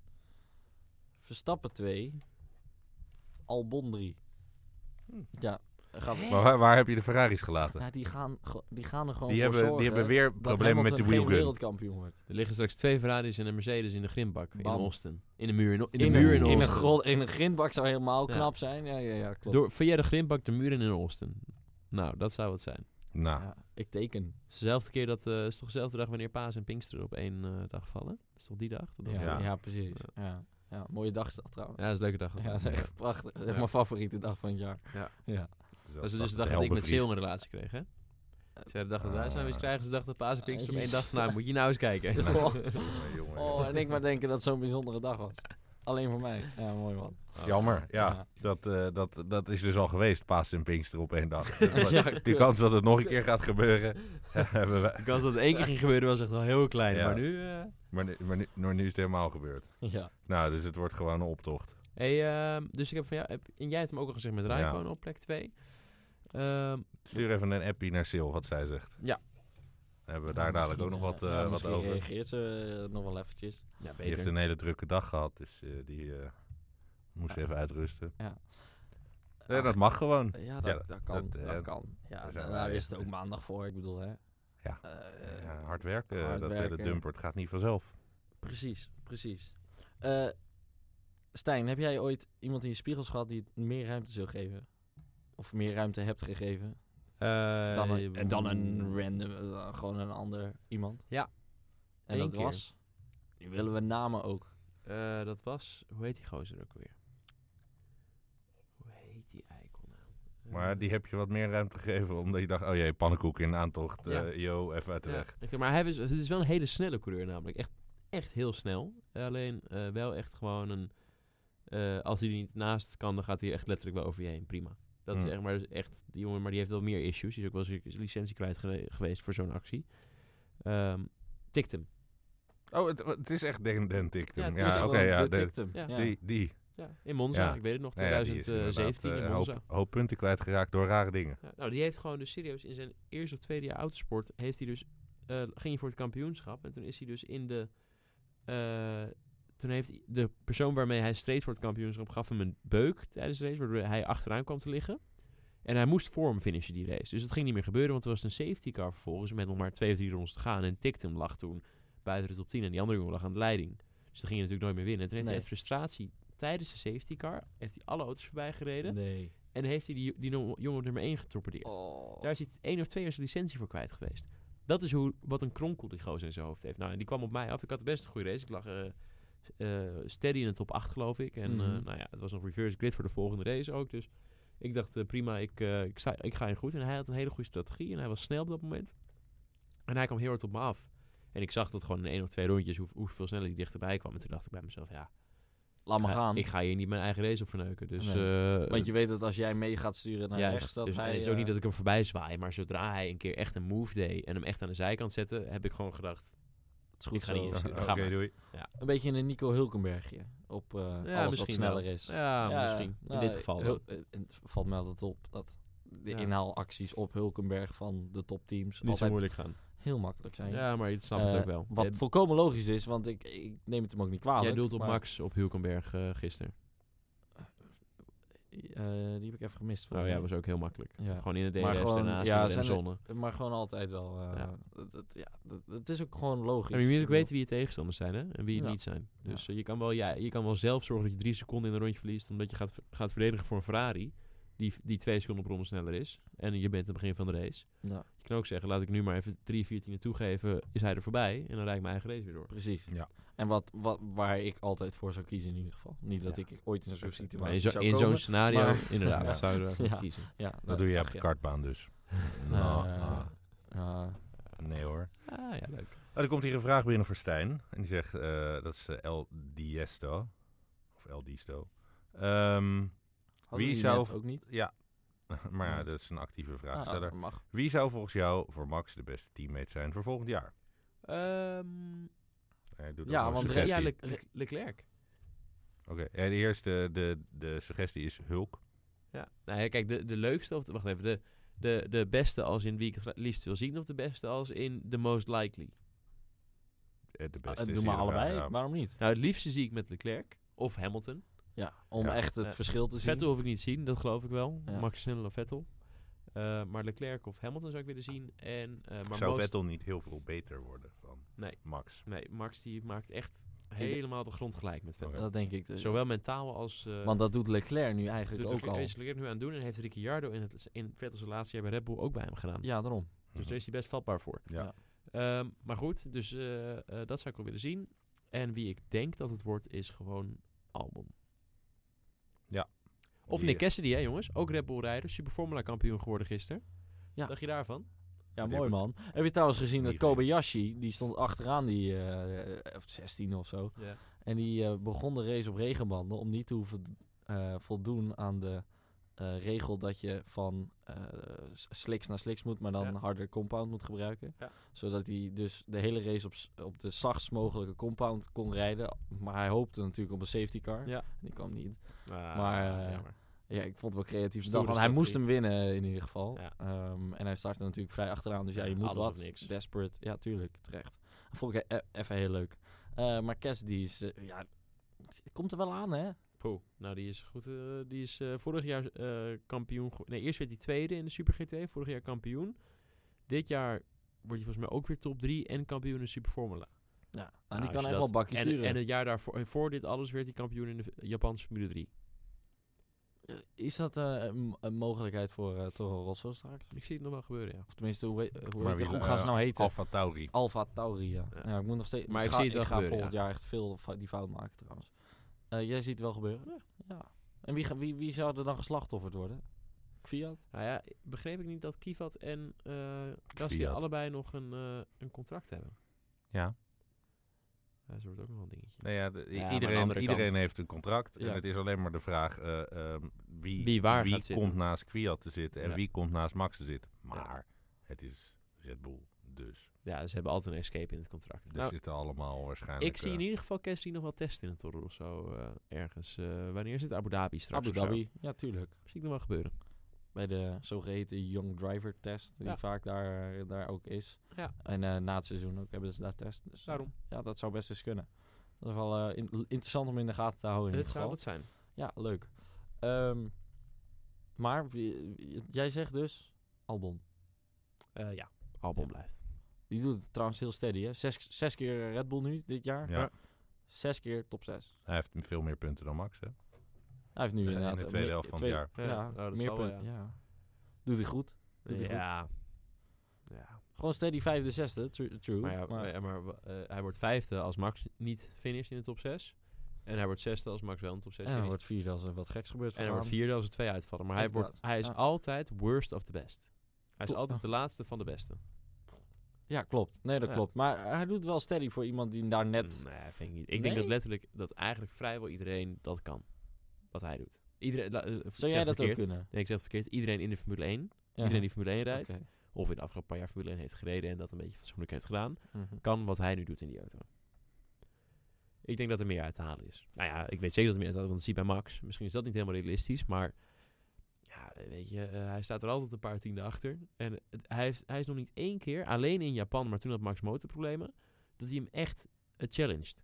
C: Verstappen 2. Albon 3.
D: Hm.
C: Ja, gaat,
D: Maar waar, waar heb je de Ferraris gelaten?
C: ja, die, gaan, ge- die gaan er gewoon
D: Die
C: voor
D: hebben, die
C: zorgen
D: hebben weer
C: dat
D: problemen met de
C: Hamilton geen
D: wheelgun.
C: wereldkampioen wordt.
A: Er liggen straks twee Ferraris en een Mercedes in de grimbak in
C: eh. Bam.
A: Austin. In de muur in, in, de
C: In,
A: muur
C: een,
A: in
C: in, een
A: Austin.
C: grot- in een grindbak zou helemaal
A: Ja.
C: knap zijn. Ja, ja, ja klopt.
A: Door, via de grimbak de muur in in Austin. Nou, dat zou het zijn.
D: Nou,
C: Ja, ik teken.
A: Het is dezelfde keer dat, eh, is toch dezelfde dag wanneer Paas en Pinkster op één eh, dag vallen? Is toch die dag? Dat
C: Ja,
A: ja.
C: ja.
D: Ja.
C: precies. Ja. Ja, mooie dag is dat trouwens.
A: ja, dat is een leuke dag.
C: Ja, dat is echt prachtig. Dat is echt
A: Ja.
C: mijn favoriete dag van het jaar.
A: Ja.
C: ja.
A: Dat is dus de
D: dat
A: dag dat ik met
D: helbevriest.
A: Seal een relatie kreeg, hè? Ze de dag dat wij samen iets
D: Ah.
A: krijgen, ze dacht dat Paas en Pinkster op
C: Ah,
A: één dag... Nou, moet je nou eens [laughs] kijken.
C: Oh, [laughs]
D: Jongen, jongen,
C: oh, en ik maar denken dat het zo'n bijzondere dag was. Alleen voor mij. Ja, mooi man.
D: Jammer, ja.
C: Ja.
D: Dat, eh, dat, dat is dus al geweest, Paas en Pinkster op één
C: [laughs]
D: dag. Maar
C: Ja,
D: Die
C: kut.
D: kans dat het nog een keer gaat gebeuren, [laughs] hebben wij.
A: De kans dat het één keer ging gebeuren was echt wel heel klein.
D: Ja.
A: Maar nu... eh,
D: Maar, nu- maar nu, maar nu is het helemaal gebeurd.
C: Ja.
D: Nou, dus het wordt gewoon een optocht.
A: Hey, ehm, dus ik heb van jou, heb, en jij hebt hem ook al gezegd met
D: Ja.
A: Rijkoon op plek Ehm, 2.
D: Stuur even een appie naar Sil, wat zij zegt.
A: Ja.
D: Dan hebben we daar dadelijk ook nog wat, eh,
C: Ja,
D: wat
C: misschien
D: over.
C: reageert ze eh, nog wel eventjes.
A: ja,
D: Die heeft een hele drukke dag gehad, dus eh, die eh, moest
C: Ja.
D: even uitrusten. Nee,
C: Ah,
D: eh, dat mag gewoon.
C: Ja, dat,
D: Ja,
C: dat, kan.
D: dat,
C: Dat,
D: eh,
C: kan. Ja,
D: daar
C: daar
D: zijn wij.
C: is het ook maandag voor, ik bedoel, hè.
D: Ja.
C: Eh,
D: Ja, hard werken,
C: hard
D: dat hele
C: werken.
D: dumper, het gaat niet vanzelf.
C: Precies, precies. Eh, Stijn, heb jij ooit iemand in je spiegels gehad die het meer ruimte zou geven? Of meer ruimte hebt gegeven?
A: eh,
C: dan een, en dan
A: mm.
C: een random, eh, gewoon een ander iemand.
A: Ja.
C: En
A: Eén
C: dat
A: keer.
C: was. Nu willen we namen ook.
A: eh, dat was, hoe heet die gozer ook weer? Hoe heet die eikel nou?
D: Maar
A: Eh,
D: die heb je wat meer ruimte gegeven, omdat je dacht, oh jee, pannenkoek in aantocht,
A: Ja.
D: eh, yo, even uit de
A: ja,
D: weg.
A: ik- maar hij is, het is wel een hele snelle coureur namelijk. Echt, echt heel snel. Alleen eh, wel echt gewoon een... eh, als hij er niet naast kan, dan gaat hij echt letterlijk wel over je heen. Prima. Dat is
D: Hmm.
A: echt maar, dat is echt, die jongen, maar die heeft wel meer issues. Die is ook wel eens een licentie kwijt gere- geweest voor zo'n actie. Ehm tikt hem.
D: Oh, het, het is echt Den, den Dictum.
A: Ja,
D: Ja,
A: het is
D: oké,
C: gewoon
D: ja.
C: de
D: de-
C: dictum.
A: Ja.
C: Ja.
D: Die, die.
A: Ja, in Monza,
D: Ja.
A: ik weet het nog,
D: Nou ja, die is
A: 2017
D: inderdaad, eh,
A: in
D: een
A: Monza.
D: hoop, hoop punten kwijtgeraakt door rare dingen.
A: Ja, nou, die heeft gewoon dus serieus in zijn eerste of tweede jaar autosport, heeft hij dus, eh, ging hij voor het kampioenschap. En toen is hij dus in de, eh, toen heeft hij- de persoon waarmee hij streed voor het kampioenschap, gaf hem een beuk tijdens de race, waardoor hij achteraan kwam te liggen. En hij moest voor hem finishen die race. Dus dat ging niet meer gebeuren, want er was een safety car vervolgens met nog maar twee of drie rondes te gaan. En Tictum lag toen buiten de top 10 en die andere jongen lag aan de leiding. Dus dan ging hij natuurlijk nooit meer winnen. Toen heeft hij uit
C: Nee.
A: frustratie tijdens de safety car, heeft hij alle auto's voorbij gereden.
C: Nee.
A: En heeft hij die, die no- jongen op nummer 1 getorpedeerd.
C: Oh.
A: Daar is hij één of twee jaar zijn licentie voor kwijt geweest. Dat is hoe, wat een kronkel die gozer in zijn hoofd heeft. Nou, en die kwam op mij af. Ik had best een goede race. Ik lag eh, eh, steady in de top 8, geloof ik. En
C: Mhm.
A: eh, nou ja, het was nog reverse grid voor de volgende race ook. Dus ik dacht, eh, prima, ik, eh, ik, sta, ik ga in goed. En hij had een hele goede strategie. En hij was snel op dat moment. En hij kwam heel hard op me af. En ik zag dat gewoon in één of twee rondjes hoe, hoeveel sneller hij dichterbij kwam. En toen dacht ik bij mezelf, ja,
C: Laat
A: ik
C: maar
A: ga-
C: gaan.
A: ik ga hier niet mijn eigen race op verneuken. Dus, eh,
C: Want je weet dat als jij mee gaat sturen naar
A: Juist,
C: rechts, Nou, dat
A: dus
C: hij...
A: het is ook
C: eh,
A: niet dat ik hem voorbij zwaai, maar zodra hij een keer echt een move deed en hem echt aan de zijkant zette, heb ik gewoon gedacht,
C: is goed
A: Ik ga
C: zo.
A: niet eens-
D: Oké,
A: Ga maar.
D: doei.
C: Een beetje een Nico Hulkenbergje. Op eh, alles wat
A: misschien
C: sneller
A: wel.
C: is.
A: Ja,
C: Ja,
A: misschien. In
C: nou,
A: dit geval. wel.
C: Hul- eh, het valt mij altijd op dat de
A: Ja.
C: inhaalacties op Hulkenberg van de topteams
A: Niet zo
C: altijd
A: moeilijk gaan.
C: heel makkelijk zijn.
A: Ja, maar je snapt
C: Eh,
A: het ook wel.
C: Wat
A: Jij-
C: volkomen logisch is, want ik, ik neem het hem ook niet kwalijk.
A: Jij doelt op
C: maar,
A: Max op Hulkenberg eh, gisteren.
C: eh, die heb ik even gemist.
A: Nou ja, was ook heel makkelijk.
C: Ja.
A: Gewoon in de
C: Maar
A: DRS,
C: gewoon,
A: daarnaast
C: ja,
A: in de
C: zijn er-
A: remzone.
C: Maar gewoon altijd wel. eh,
A: Ja.
C: dat, dat- ja, dat, dat is ook gewoon logisch.
A: En je moet
C: Ik
A: ook
C: bedoel,
A: weten wie je tegenstanders zijn hè? en wie je
C: Ja.
A: niet zijn. Dus eh, je, kan wel, ja, je kan wel zelf zorgen dat je drie seconden in een rondje verliest. omdat je gaat, gaat verdedigen voor een Ferrari. Die, die twee seconden per ronde sneller is. En je bent aan het begin van de race.
C: Ja,
A: Je kan ook zeggen: laat ik nu maar even drie, vier tienen toegeven. Is hij er voorbij? En dan rijd ik mijn eigen race weer door.
C: precies.
D: Ja.
C: En wat, wat, waar ik altijd voor zou kiezen in ieder geval. Niet dat
A: Ja.
C: ik ooit in zo'n
A: Maar
C: situatie
A: in zo-
C: zou
A: in
C: komen.
A: zo'n scenario,
C: maar-
A: inderdaad,
D: Ja.
A: zouden we voor
C: Ja.
A: kiezen.
C: ja,
D: Dat doe je
C: ach,
D: op de
C: ja.
D: kartbaan
A: [laughs]
D: dus.
C: Eh,
D: Nou, ah,
C: eh,
D: nee hoor.
A: Ah ja, leuk.
D: Nou, er komt hier een vraag binnen voor Stijn. En die zegt, eh, dat is eh, El Diesto. Of El Diesto. Ehm,
C: hadden
D: Wie
C: we die
D: zou-
C: net ook niet?
D: ja, [laughs] maar ja,
C: Nice.
D: dat is een actieve
C: Ah,
D: vraagsteller.
C: mag.
D: Wie zou volgens jou voor Max de beste teammate zijn voor volgend jaar?
A: Ehm, eh,
D: Hij doet ook
C: Ja,
D: nog een
C: want eh,
D: suggestie.
A: ja, Le-
C: Gasly.
A: Le- Leclerc.
D: Oké, ja, de eerste de, de suggestie is Hulk.
A: Ja. Nou ja, kijk, de, de leukste, of de- wacht even, de, de, de beste als in wie ik het gra- liefst wil zien, of de beste als in the most likely.
D: Eh, De
C: Eh,
D: beste is
C: doe maar
D: hier de vraag,
C: allebei,
D: ja.
C: waarom niet?
A: Nou, het liefste zie ik met Leclerc of Hamilton.
C: Ja, om
D: Ja.
C: echt het
A: Ja.
C: verschil te zien.
A: Vettel hoef ik niet te zien, dat geloof ik wel.
C: Ja.
A: Max sneller dan Vettel. Eh, maar Leclerc of Hamilton zou ik willen zien. En, eh, maar
D: Zou
A: most-
D: Vettel niet heel veel beter worden van
A: Nee.
D: Max?
A: Nee, Max die maakt echt helemaal de grond gelijk met Vettel.
C: Dat denk ik dus.
A: Zowel mentaal als... eh,
C: Want dat doet Leclerc nu eigenlijk
A: doet
C: ook al.
A: Leclerc- is Leclerc nu aan het doen en heeft Ricciardo in, het, in Vettel's laatste jaar bij Red Bull ook bij hem gedaan.
C: Ja, daarom.
D: Mhm.
A: Dus daar is hij best vatbaar voor.
D: Ja.
C: Ja.
A: Ehm, maar goed, dus eh, eh, dat zou ik wel willen zien. En wie ik denk dat het wordt, is gewoon Albon. Of
D: Die-
A: Nick Cassidy, hè jongens. Ook Red Bull rijder. Super Formula kampioen geworden gisteren.
C: Ja.
A: Dacht je daarvan?
C: Ja,
D: Die
C: mooi
D: heb
C: man. Heb je trouwens gezien dat
D: Die gegeven.
C: Kobayashi, die stond achteraan die eh, of 16 of zo.
A: Ja.
C: En die eh, begon de race op regenbanden om niet te hoeven eh, voldoen aan de eh, regel dat je van eh, s- slicks naar slicks moet, maar dan
A: Ja.
C: harder compound moet gebruiken.
A: Ja.
C: Zodat hij dus de hele race op, s- op de zachtst mogelijke compound kon rijden. Maar hij hoopte natuurlijk op een safety car.
A: Ja.
C: Die kwam niet. Maar,
A: maar,
C: eh, Ja, ik vond het wel creatief
A: Stoere
C: bedacht, Dus want hij moest hem
A: strategie.
C: winnen in ieder geval.
A: Ja.
C: Ehm, en hij startte natuurlijk vrij achteraan, dus ja,
A: Ja,
C: je moet
A: alles of
C: wat.
A: niks.
C: Desperate, ja, tuurlijk, terecht. Dat vond ik e- even heel leuk. Eh, maar Cassidy is, eh, ja, het komt er wel aan, hè?
A: Poeh, nou die is goed. eh, die is eh, vorig jaar eh, kampioen. ge- Nee, eerst werd hij tweede in de Super GT. Vorig jaar kampioen. Dit jaar wordt hij volgens mij ook weer top 3 en kampioen in Super Formula.
C: Ja, nou,
A: Nou,
C: die
A: als
C: kan
A: je
C: echt
A: dat-
C: wel bakjes
A: en,
C: sturen.
A: En het jaar daarvoor, en voor dit alles, werd hij kampioen in de v- Japanse Formule 3.
C: is dat eh, een, m- een mogelijkheid voor eh, Toro Rosso straks?
A: Ik zie het nog wel gebeuren, ja.
C: Of tenminste, hoe, heet- hoe,
D: Maar
C: heet-
D: wie-
C: hoe
D: eh,
C: gaan ze nou heten?
D: Alfa Tauri.
C: Alfa Tauri, ja.
A: Ja.
C: Ja, ik moet nog steeds...
A: Maar ik
C: ga,
A: zie het wel
C: ik ga
A: gebeuren,
C: volgend jaar echt veel fa- die fout maken, trouwens. Eh, jij ziet het wel gebeuren? Ja. En wie, ga- wie, wie zou er dan geslachtofferd worden? Fiat?
A: Nou ja, begreep ik niet dat Kivat en eh Gasly
D: Kvyat.
A: allebei nog een, eh, een contract hebben.
D: Ja.
A: Ja, dat wordt ook nog wel een dingetje.
D: Nou ja, de-
A: Ja, maar aan de
D: iedereen,
A: andere
D: iedereen
A: kant-
D: heeft een contract.
C: Ja.
D: En het is alleen maar de vraag eh, ehm, wie,
A: Wie waar gaat
D: komt
A: zitten.
D: naast Kwiat te zitten en
A: Ja.
D: wie komt naast Max te zitten. Maar
A: Ja.
D: het is Red Bull, dus.
A: Ja, ze hebben altijd een escape in het contract.
D: Er
A: Nou,
D: zitten allemaal waarschijnlijk... eh,
A: ik zie in
D: niet.
A: ieder geval Cassidy nog wel testen in het Toro Rosso eh, ergens. eh, wanneer is het? Abu Dhabi straks
C: Abu
A: of zo.
C: Dhabi? Ja, tuurlijk.
A: Zie ik nog wel gebeuren.
C: Bij de zogeheten Young Driver Test, die
A: Ja.
C: vaak daar, daar ook is.
A: Ja.
C: En eh, na het seizoen ook hebben ze daar test. Dus, eh,
A: Daarom.
C: ja, dat zou best eens kunnen. Dat is wel eh, in- interessant om in de gaten te houden in
A: het
C: ieder
A: zou
C: geval.
A: wat zijn.
C: Ja, leuk. Ehm, maar wie- wie- jij zegt dus Albon.
A: Eh, ja, Albon
C: Ja.
A: blijft.
C: Die doet het trouwens heel steady, hè? Zes, zes keer eh, Red Bull nu, dit jaar.
D: Ja.
C: Zes keer top zes.
D: Hij heeft veel meer punten dan Max, hè?
C: Hij heeft nu
D: Eh,
C: inderdaad...
D: in de
C: eh,
D: tweede
C: meer-
D: helft van
C: twee-
D: het
C: Ja,
A: Ja, nou, dat
C: meer
A: zal wel,
C: punten. Ja. Doet hij goed. Doet hij goed.
A: Ja. ja.
C: Gewoon steady vijfde, zesde, tru- true.
A: Maar, ja,
C: maar-
A: maar, maar wa- eh, hij wordt vijfde als Max niet finisht in de top 6. En hij wordt zesde als Max wel in de top 6
C: en dan
A: finisht.
C: wordt vierde als er wat geks gebeurt.
A: en hij wordt
C: voor
A: vierde als er twee uitvallen. Maar hij,
C: Inderdaad,
A: wordt, hij is
C: ja.
A: altijd worst of the best. Hij is
C: Klopt.
A: altijd de laatste van de beste.
C: hem. Ja, klopt. Nee, dat
A: Ja.
C: klopt. Maar eh, hij doet wel steady voor iemand die daar net...
A: Mm, Nee, vind ik niet. Ik denk dat
C: Nee?
A: letterlijk dat eigenlijk vrijwel iedereen dat kan. Wat hij doet. Iedereen, la- eh, ik zeg
C: Zou jij
A: het
C: dat ook
A: verkeerd.
C: kunnen?
A: Nee, ik zeg het verkeerd. Iedereen in de Formule 1.
C: Ja.
A: Iedereen die Formule 1 rijdt.
C: Oké.
A: of in de afgelopen paar jaar Formule 1 heeft gereden en dat een beetje fatsoenlijk heeft gedaan, kan wat hij nu doet in die auto. Ik denk dat er meer uit te halen is. Nou ja, ik weet zeker dat er meer uit te halen is, want dat zie je bij Max. Misschien is dat niet helemaal realistisch, maar ja, weet je, eh, hij staat er altijd een paar tienden achter. En het- hij, heeft, hij is nog niet één keer, alleen in Japan, maar toen had Max motorproblemen, dat hij hem echt eh, challenged.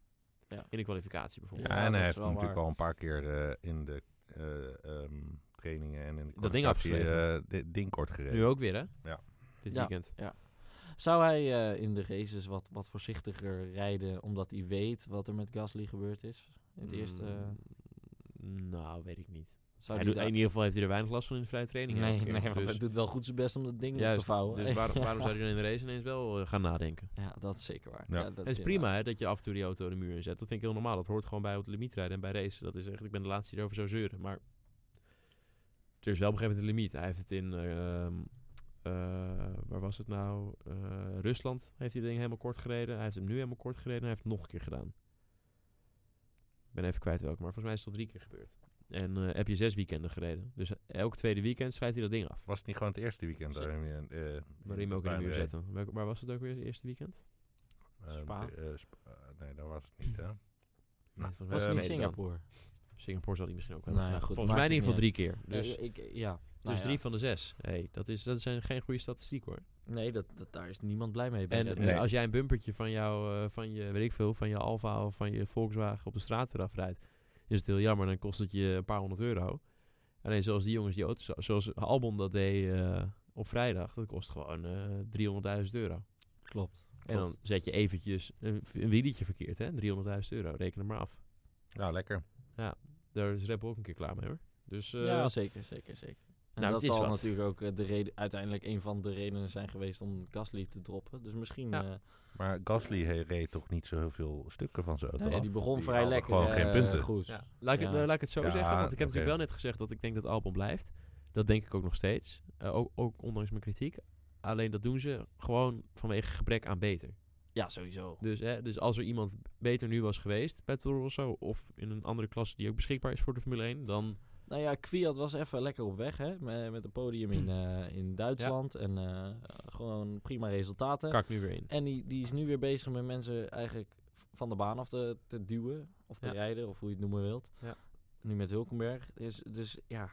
C: Ja.
A: In de kwalificatie bijvoorbeeld.
D: Ja, en
C: dat
D: hij
C: is
D: heeft
C: wel
D: natuurlijk
C: waar.
D: al een paar keer eh, in de eh, ehm, trainingen en in de
A: Dat ding afgeschreven.
D: eh, dit ding kort gereden.
A: Nu ook weer, hè?
D: Ja.
A: Dit
C: Ja.
A: weekend.
C: Zou hij eh, in de races wat, wat voorzichtiger rijden, omdat hij weet wat er met Gasly gebeurd is? In het eerste. eh,
A: Mm, nou, weet ik niet.
C: Zou
A: Hij
C: die
A: doet, in
C: daar-
A: ieder geval heeft hij er weinig last van in de vrije training.
C: Nee,
A: elke keer.
C: nee, want
A: Dus-
C: hij doet wel goed zijn best om dat ding op
A: Juist,
C: te vouwen.
A: Dus
C: [laughs]
A: waar- waarom zou je dan in de race ineens wel eh, gaan nadenken?
C: Ja, dat is zeker waar.
D: Ja.
C: Ja,
A: Het
C: dat
A: is
C: inderdaad-
A: prima hè, dat je af en toe die auto de muur inzet. Dat vind ik heel normaal. Dat hoort gewoon bij op de limiet rijden en bij racen. Dat is echt, ik ben de laatste die erover zou zeuren. Maar er is wel op een gegeven moment een limiet. Hij heeft het in, eh, ehm, eh, waar was het nou? Eh, Rusland heeft hij ding helemaal kort gereden. Hij heeft hem nu helemaal kort gereden en hij heeft het nog een keer gedaan. Ik ben even kwijt welke, maar volgens mij is het al drie keer gebeurd. En eh, heb je zes weekenden gereden. Dus elk tweede weekend schrijft hij dat ding af.
D: Was het niet gewoon het eerste weekend
C: Ze-
D: daarin? eh, eh,
A: Waarin hem ook in de
D: bijna
A: muur
D: reed?
A: zetten. Welk- waar was het ook weer, het eerste weekend?
D: Eh,
C: Spa.
D: de- eh, Sp- eh, nee, daar was het niet, hè?
A: Eh, Nee, volgens mij
C: Nou, Was
A: de
C: het niet
A: tweede dan.
C: Singapore?
A: Singapore zal hij misschien ook wel
C: Nou ja,
A: hebben gedaan.
C: goed,
A: Volgens mij in ieder
C: maakt
A: geval
C: het
A: drie keer.
C: Dus,
A: Dus,
C: ik, ja. nou
A: dus
C: ja.
A: drie van de zes. Hey, dat, is, dat zijn geen goede statistiek hoor.
C: Nee, dat, dat, daar is niemand blij mee. bij
A: En
C: Red
A: eh,
C: Bull.
A: als jij een bumpertje van jouw, eh, van je, weet ik veel, van je Alfa of van je Volkswagen op de straat eraf rijdt, is het heel jammer. Dan kost het je een paar honderd euro. Alleen zoals die jongens die auto's, zoals Albon dat deed eh, op vrijdag, dat kost gewoon eh 300.000 euro.
C: Klopt.
A: En dan zet je eventjes een, een wielietje verkeerd, hè? 300.000 euro, reken het maar af.
D: Ja, lekker.
A: Daar is Red Bull ook een keer klaar mee hoor. Dus eh,
C: ja, zeker, zeker, zeker. En
A: Nou,
C: dat
A: het is
C: zal
A: wat.
C: natuurlijk ook eh, de reden, uiteindelijk een van de redenen zijn geweest om Gasly te droppen. Dus misschien...
A: Ja.
C: eh,
D: Maar Gasly he- reed toch niet zo heel veel stukken van zijn auto
C: nee,
D: af?
C: die begon
D: Die
C: vrij
D: haalde
C: lekker.
D: gewoon geen
C: eh,
D: punten.
C: Goed.
A: Ja. Laat, ik het,
C: Ja.
A: eh, laat ik het zo
D: Ja,
A: zeggen, want ik heb
D: oké.
A: natuurlijk wel net gezegd dat ik denk dat Albon blijft. Dat denk ik ook nog steeds, Eh, ook, ook ondanks mijn kritiek. Alleen dat doen ze gewoon vanwege gebrek aan beter.
C: Ja, sowieso.
A: Dus, hè, dus als er iemand beter nu was geweest bij Toro Rosso... of in een andere klasse die ook beschikbaar is voor de Formule 1... dan
C: Nou ja, Kwiat was even lekker op weg, hè. Met, met een podium in, eh, in Duitsland. En eh, gewoon prima resultaten.
A: kak ik nu weer in.
C: En die, die is nu weer bezig met mensen eigenlijk v- van de baan af te, te duwen. Of te
A: Ja.
C: rijden, of hoe je het noemen wilt.
A: Ja.
C: Nu met Hulkenberg. Dus, dus ja.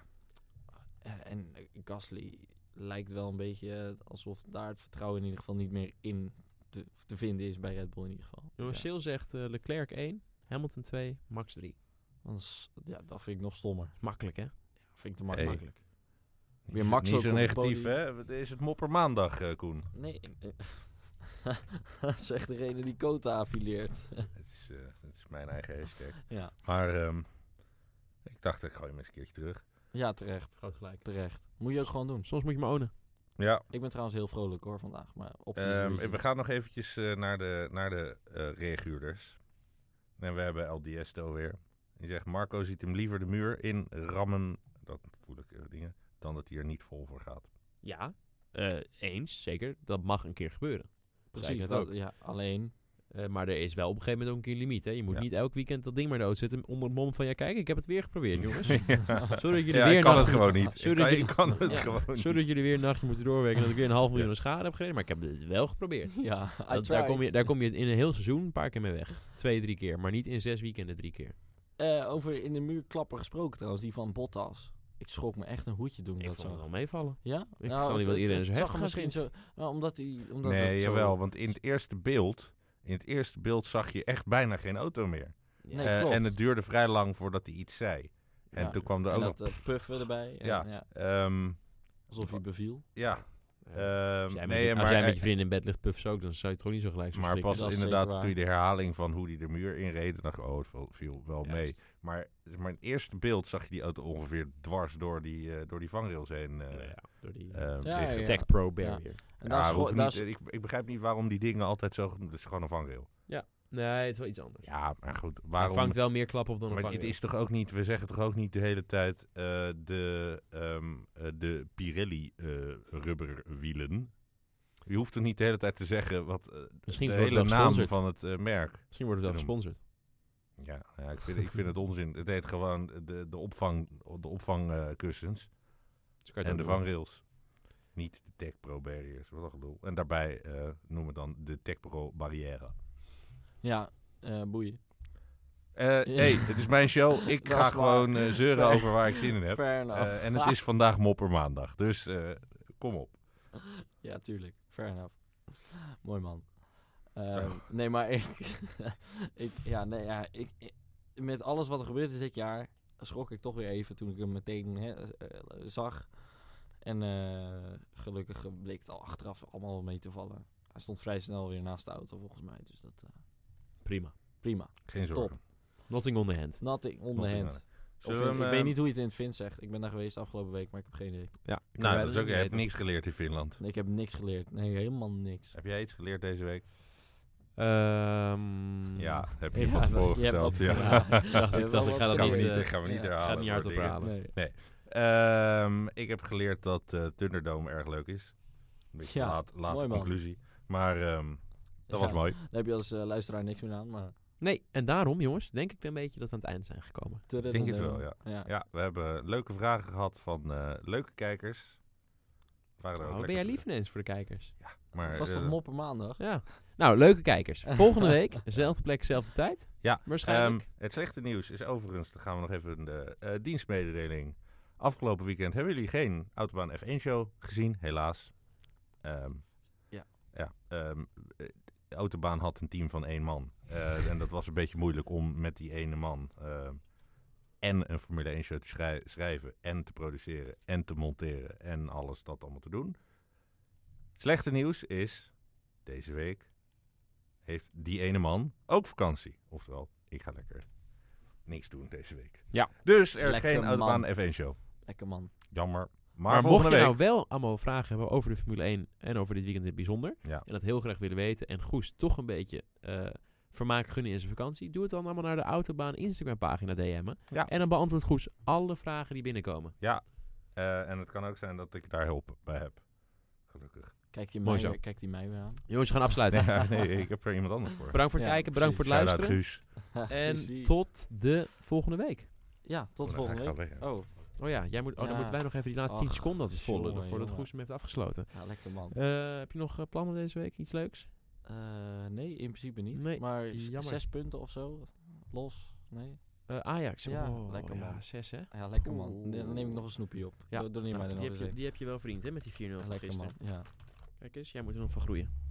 C: Eh, En eh, Gasly lijkt wel een beetje eh, alsof daar het vertrouwen in ieder geval niet meer in te, te vinden is bij Red Bull in ieder geval.
A: Jongens,
C: ja.
A: Sil zegt eh, Leclerc 1, Hamilton 2, Max 3.
C: Want s- ja, dat vind ik nog stommer.
A: Makkelijk, hè?
C: Vind ik te mak-
D: Hey.
C: makkelijk.
D: Niet
C: Weer
D: zo-
C: Max
D: Niet
C: ook
D: zo
C: op het
D: negatief,
C: podium.
D: hè? Wat Is het mopper maandag, eh, Koen?
C: Nee. eh, [laughs] Zegt degene die Kota affileert.
D: Het is, eh, het is mijn eigen hashtag.
C: ja.
D: Maar ehm, ik dacht, ik gooi hem eens een keertje terug.
C: [laughs] ja, terecht.
A: Groot gelijk.
C: Terecht. Moet je ook gewoon doen.
A: Soms moet je me ownen.
D: Ja,
C: Ik ben trouwens heel vrolijk hoor vandaag. Maar op
D: Ehm, we gaan nog eventjes eh, naar de, naar de eh, reaguurders. En we hebben El Diesto weer. Die zegt, Marco ziet hem liever de muur in rammen, dat voel ik eh, dingen, dan dat hij er niet vol voor gaat.
A: Ja, eh, eens, zeker. Dat mag een keer gebeuren. Zei ik
C: Precies,
A: net
C: dat, ja, [laughs] alleen.
A: Eh, maar er is wel op een gegeven moment ook een keer een limiet. Hè? Je moet
D: Ja.
A: niet elk weekend dat ding maar dood zetten onder het mom van... Ja, kijk, ik heb het weer geprobeerd,
D: [laughs]
A: jongens. Sorry dat jullie weer
D: ja, ik kan
A: een
D: het
A: nachtje-
D: gewoon niet.
A: Sorry
D: Ik kan,
A: dat
D: ik kan het
C: Ja.
D: gewoon
A: Sorry
D: niet.
A: dat jullie weer een nachtje moeten doorwerken... en dat ik weer een half miljoen aan schade heb gereden. Maar ik heb het wel geprobeerd.
C: Ja, I
A: Dat- [laughs] daar, kom je,
C: tried.
A: daar kom je in een heel seizoen een paar keer mee weg. Twee, drie keer. Maar niet in zes weekenden drie keer.
C: Eh, over in de muur klapper gesproken trouwens, die van Bottas. Ik schrok me echt een hoedje doen
A: Ik
C: dat
A: vond het
C: zo.
A: wel meevallen.
C: Ja? Nou,
A: Ik zal niet
C: het-
A: wat iedereen
C: het-
A: zo
C: het zag
A: heftig
C: er misschien zo.
A: vindt.
C: Nou, omdat die, omdat
D: Nee,
C: dat zo-
D: jawel, want in het eerste beeld... In het eerste beeld zag je echt bijna geen auto meer.
A: Ja.
C: Nee,
D: Eh,
C: klopt.
D: en het duurde vrij lang voordat hij iets zei. En
C: Ja.
D: toen kwam er
C: en
D: ook
C: dat
D: nog...
C: eh, puffen erbij. En, ja.
D: Ja. ehm,
C: Alsof hij beviel.
D: ja, ehm,
A: Als jij,
D: nee,
A: met, je-
D: maar
A: als jij
D: hij-
A: met je vrienden in bed ligt, puff ze ook... dan zou je toch niet zo gelijk zo
D: Maar
A: schrikken.
D: pas
C: Dat is
D: inderdaad
C: zeker
D: toen je de herhaling van hoe die de muur inreed, dacht ik, oh, het viel- viel wel mee.
A: Juist.
D: Maar, maar in het eerste beeld zag je die auto ongeveer dwars door die, eh, door die vangrails heen. eh,
A: Ja, Nou ja, door die
D: eh,
C: Ja,
D: liggen.
C: ja.
A: Tech Pro barrier.
C: En
D: Ja,
C: daar schro-
D: hoeft
C: daar
D: niet-
C: sch-
D: ik, ik begrijp niet waarom die dingen altijd zo... Het is gewoon een vangrail.
A: Nee, het is wel iets anders.
D: Ja, maar goed,
A: Hij
D: waarom...
A: vangt wel meer klap op dan een
D: Maar het
A: vangrail.
D: is toch ook niet, we zeggen toch ook niet de hele tijd eh, de, ehm, eh, de Pirelli eh, rubberwielen. Je hoeft toch niet de hele tijd te zeggen wat eh,
A: Misschien
D: de
A: wordt het
D: hele
A: wel
D: naam
A: gesponsord.
D: van het eh, merk.
A: Misschien wordt het wel
D: te
A: gesponsord.
D: Ja, nou ja, ik, vind, ik vind het onzin. Het heet gewoon de, de opvang, de opvangkussens
A: Dus kan je het
D: en
A: ook
D: de
A: doen.
D: vangrails. Niet de Tech Pro barriers, wat een gedoe. En daarbij eh, noemen we dan de Tech Pro barrière.
C: Ja, eh, boeien.
D: Eh hey, het is mijn
C: [laughs]
D: show. Ik
C: Dat
D: ga
C: is waar. nou.
D: gewoon eh, zeuren
C: Fair-
D: over waar ik zin in heb.
C: Fair enough.
D: Eh, en het is vandaag moppermaandag, dus eh, kom op.
C: Ja, tuurlijk. Fair enough. [laughs] Mooi man. Ehm, [laughs] nee, maar ik, ik, ja, nee, ja, ik, ik- Met alles wat er gebeurd is dit jaar. schrok ik toch weer even toen ik hem meteen hè, eh, eh, zag. En eh, gelukkig bleek het al achteraf allemaal wel mee te vallen. Hij stond vrij snel weer naast de auto volgens mij. Dus dat eh,
A: Prima.
C: prima.
D: Geen zorgen.
A: Nothing on the hand.
C: Nothing on the
D: Nothing
C: hand.
D: on
C: Of
D: Zullen we
C: in-
D: hem,
C: ik
D: eh,
C: weet niet hoe je het in het Fins zegt. Ik ben daar geweest afgelopen week, maar ik heb geen idee.
A: Ja,
D: Nou, dat is ook, je hebt niks geleerd in Finland.
C: Nee, ik heb niks geleerd. Nee, helemaal niks.
D: Heb jij iets geleerd deze week?
C: Mm.
D: Ja,
A: Ehm, ja.
D: heb je
A: Ja,
D: van
A: dat-
D: tevoren
C: je hebt
D: verteld.
C: dat-
D: Ja. [laughs]
A: [laughs]
C: ja.
A: ik dacht,
C: Ja,
A: ik,
C: wel
A: dacht, ik ga dat
C: wat
D: Gaan we
A: niet,
D: niet,
A: eh,
D: gaan we niet
C: ja.
A: ik ga
D: herhalen.
A: het niet hard
D: voor
A: op
D: dingen.
A: halen.
C: Nee.
D: Ehm, ik heb geleerd dat eh, Thunderdome erg leuk is. Een beetje
C: Ja,
D: laat, late
C: mooi man.
D: conclusie. Maar ehm, dat was
C: Ja,
D: mooi.
C: Daar heb je als eh, luisteraar niks meer aan, maar...
A: Nee, en daarom, jongens, denk ik een beetje dat we aan het einde zijn gekomen.
C: Ik
D: denk het wel, ja.
C: ja.
D: Ja, we hebben leuke vragen gehad van eh, leuke kijkers. Waren er ook
A: Oh, ben
D: lekker-
A: jij lief ineens voor de kijkers?
D: Maar,
C: was toch
D: eh,
C: mopper maandag?
A: Ja. Nou, leuke kijkers.
C: [laughs]
A: Volgende week, zelfde plek, zelfde tijd.
D: Ja,
A: Waarschijnlijk.
D: Ehm, het slechte nieuws is overigens, dan gaan we nog even de eh dienstmededeling. Afgelopen weekend hebben jullie geen Autobahn F1 show gezien, helaas. Ehm,
C: Ja.
D: ja ehm, eh, de Autobahn had een team van één man. Eh, en dat was een beetje moeilijk om met die ene man ehm, en een Formule 1 show te schrij- schrijven en te produceren en te monteren en alles dat allemaal te doen. Het slechte nieuws is, deze week heeft die ene man ook vakantie. Oftewel, ik ga lekker niks doen deze week.
A: Ja.
D: Dus er is
C: Lekker
D: geen
C: man.
D: Autobahn F1 show.
C: Lekker man.
D: Jammer. Maar,
A: maar mocht je
D: volgende week...
A: nou wel allemaal vragen hebben over de Formule 1 en over dit weekend in het bijzonder,
D: Ja.
A: en dat heel graag willen weten, en Goes toch een beetje eh, vermaak gunnen in zijn vakantie, doe het dan allemaal naar de Autobaan Instagram pagina DM'en.
D: Ja.
A: En dan beantwoordt Goes alle vragen die binnenkomen.
D: Eh, en het kan ook zijn dat ik daar hulp bij heb.
A: [laughs]
D: Gelukkig.
C: Kijk die,
A: Mooi
C: mij
A: zo.
C: weer, kijk die mij weer aan. [laughs]
A: Jongens, we gaan afsluiten.
D: Nee, ja, nee, ik heb er iemand anders voor.
A: Bedankt voor het
C: Ja,
A: kijken, bedankt voor het
D: Shout-out
A: luisteren.
D: Guus.
A: En
C: Precies.
A: tot de volgende week.
C: Ja, tot
D: Dan ga ik
C: volgende
D: gaan
C: week.
D: liggen.
C: Oh,
A: Oh ja, jij moet, oh, dan
C: Ja.
A: moeten wij nog even die laatste 10
C: Ach,
A: seconden dat volgen
C: jongen,
A: voordat
C: jongen.
A: Goes hem heeft afgesloten.
C: ja, lekker man.
A: Eh, heb je nog eh, plannen deze week? Iets leuks?
C: Eh, nee, in principe niet.
A: Nee,
C: maar s-
A: jammer.
C: zes punten of zo. Los. Nee.
A: Eh, Ajax.
C: Ja,
A: oh,
C: lekker
A: ja,
C: man.
A: zes hè?
C: Ja, lekker man.
A: Oeh.
C: Nee, Dan neem ik nog een snoepje op.
A: Ja.
C: Ja. Doe, doe er niet
A: Nou,
C: mij er nog
A: die,
C: eens
A: heb je,
C: in.
A: die heb je wel vriend hè, met die 4-0 van
C: Lekker
A: gisteren.
C: man. Ja.
A: Kijk eens, jij moet er nog van groeien.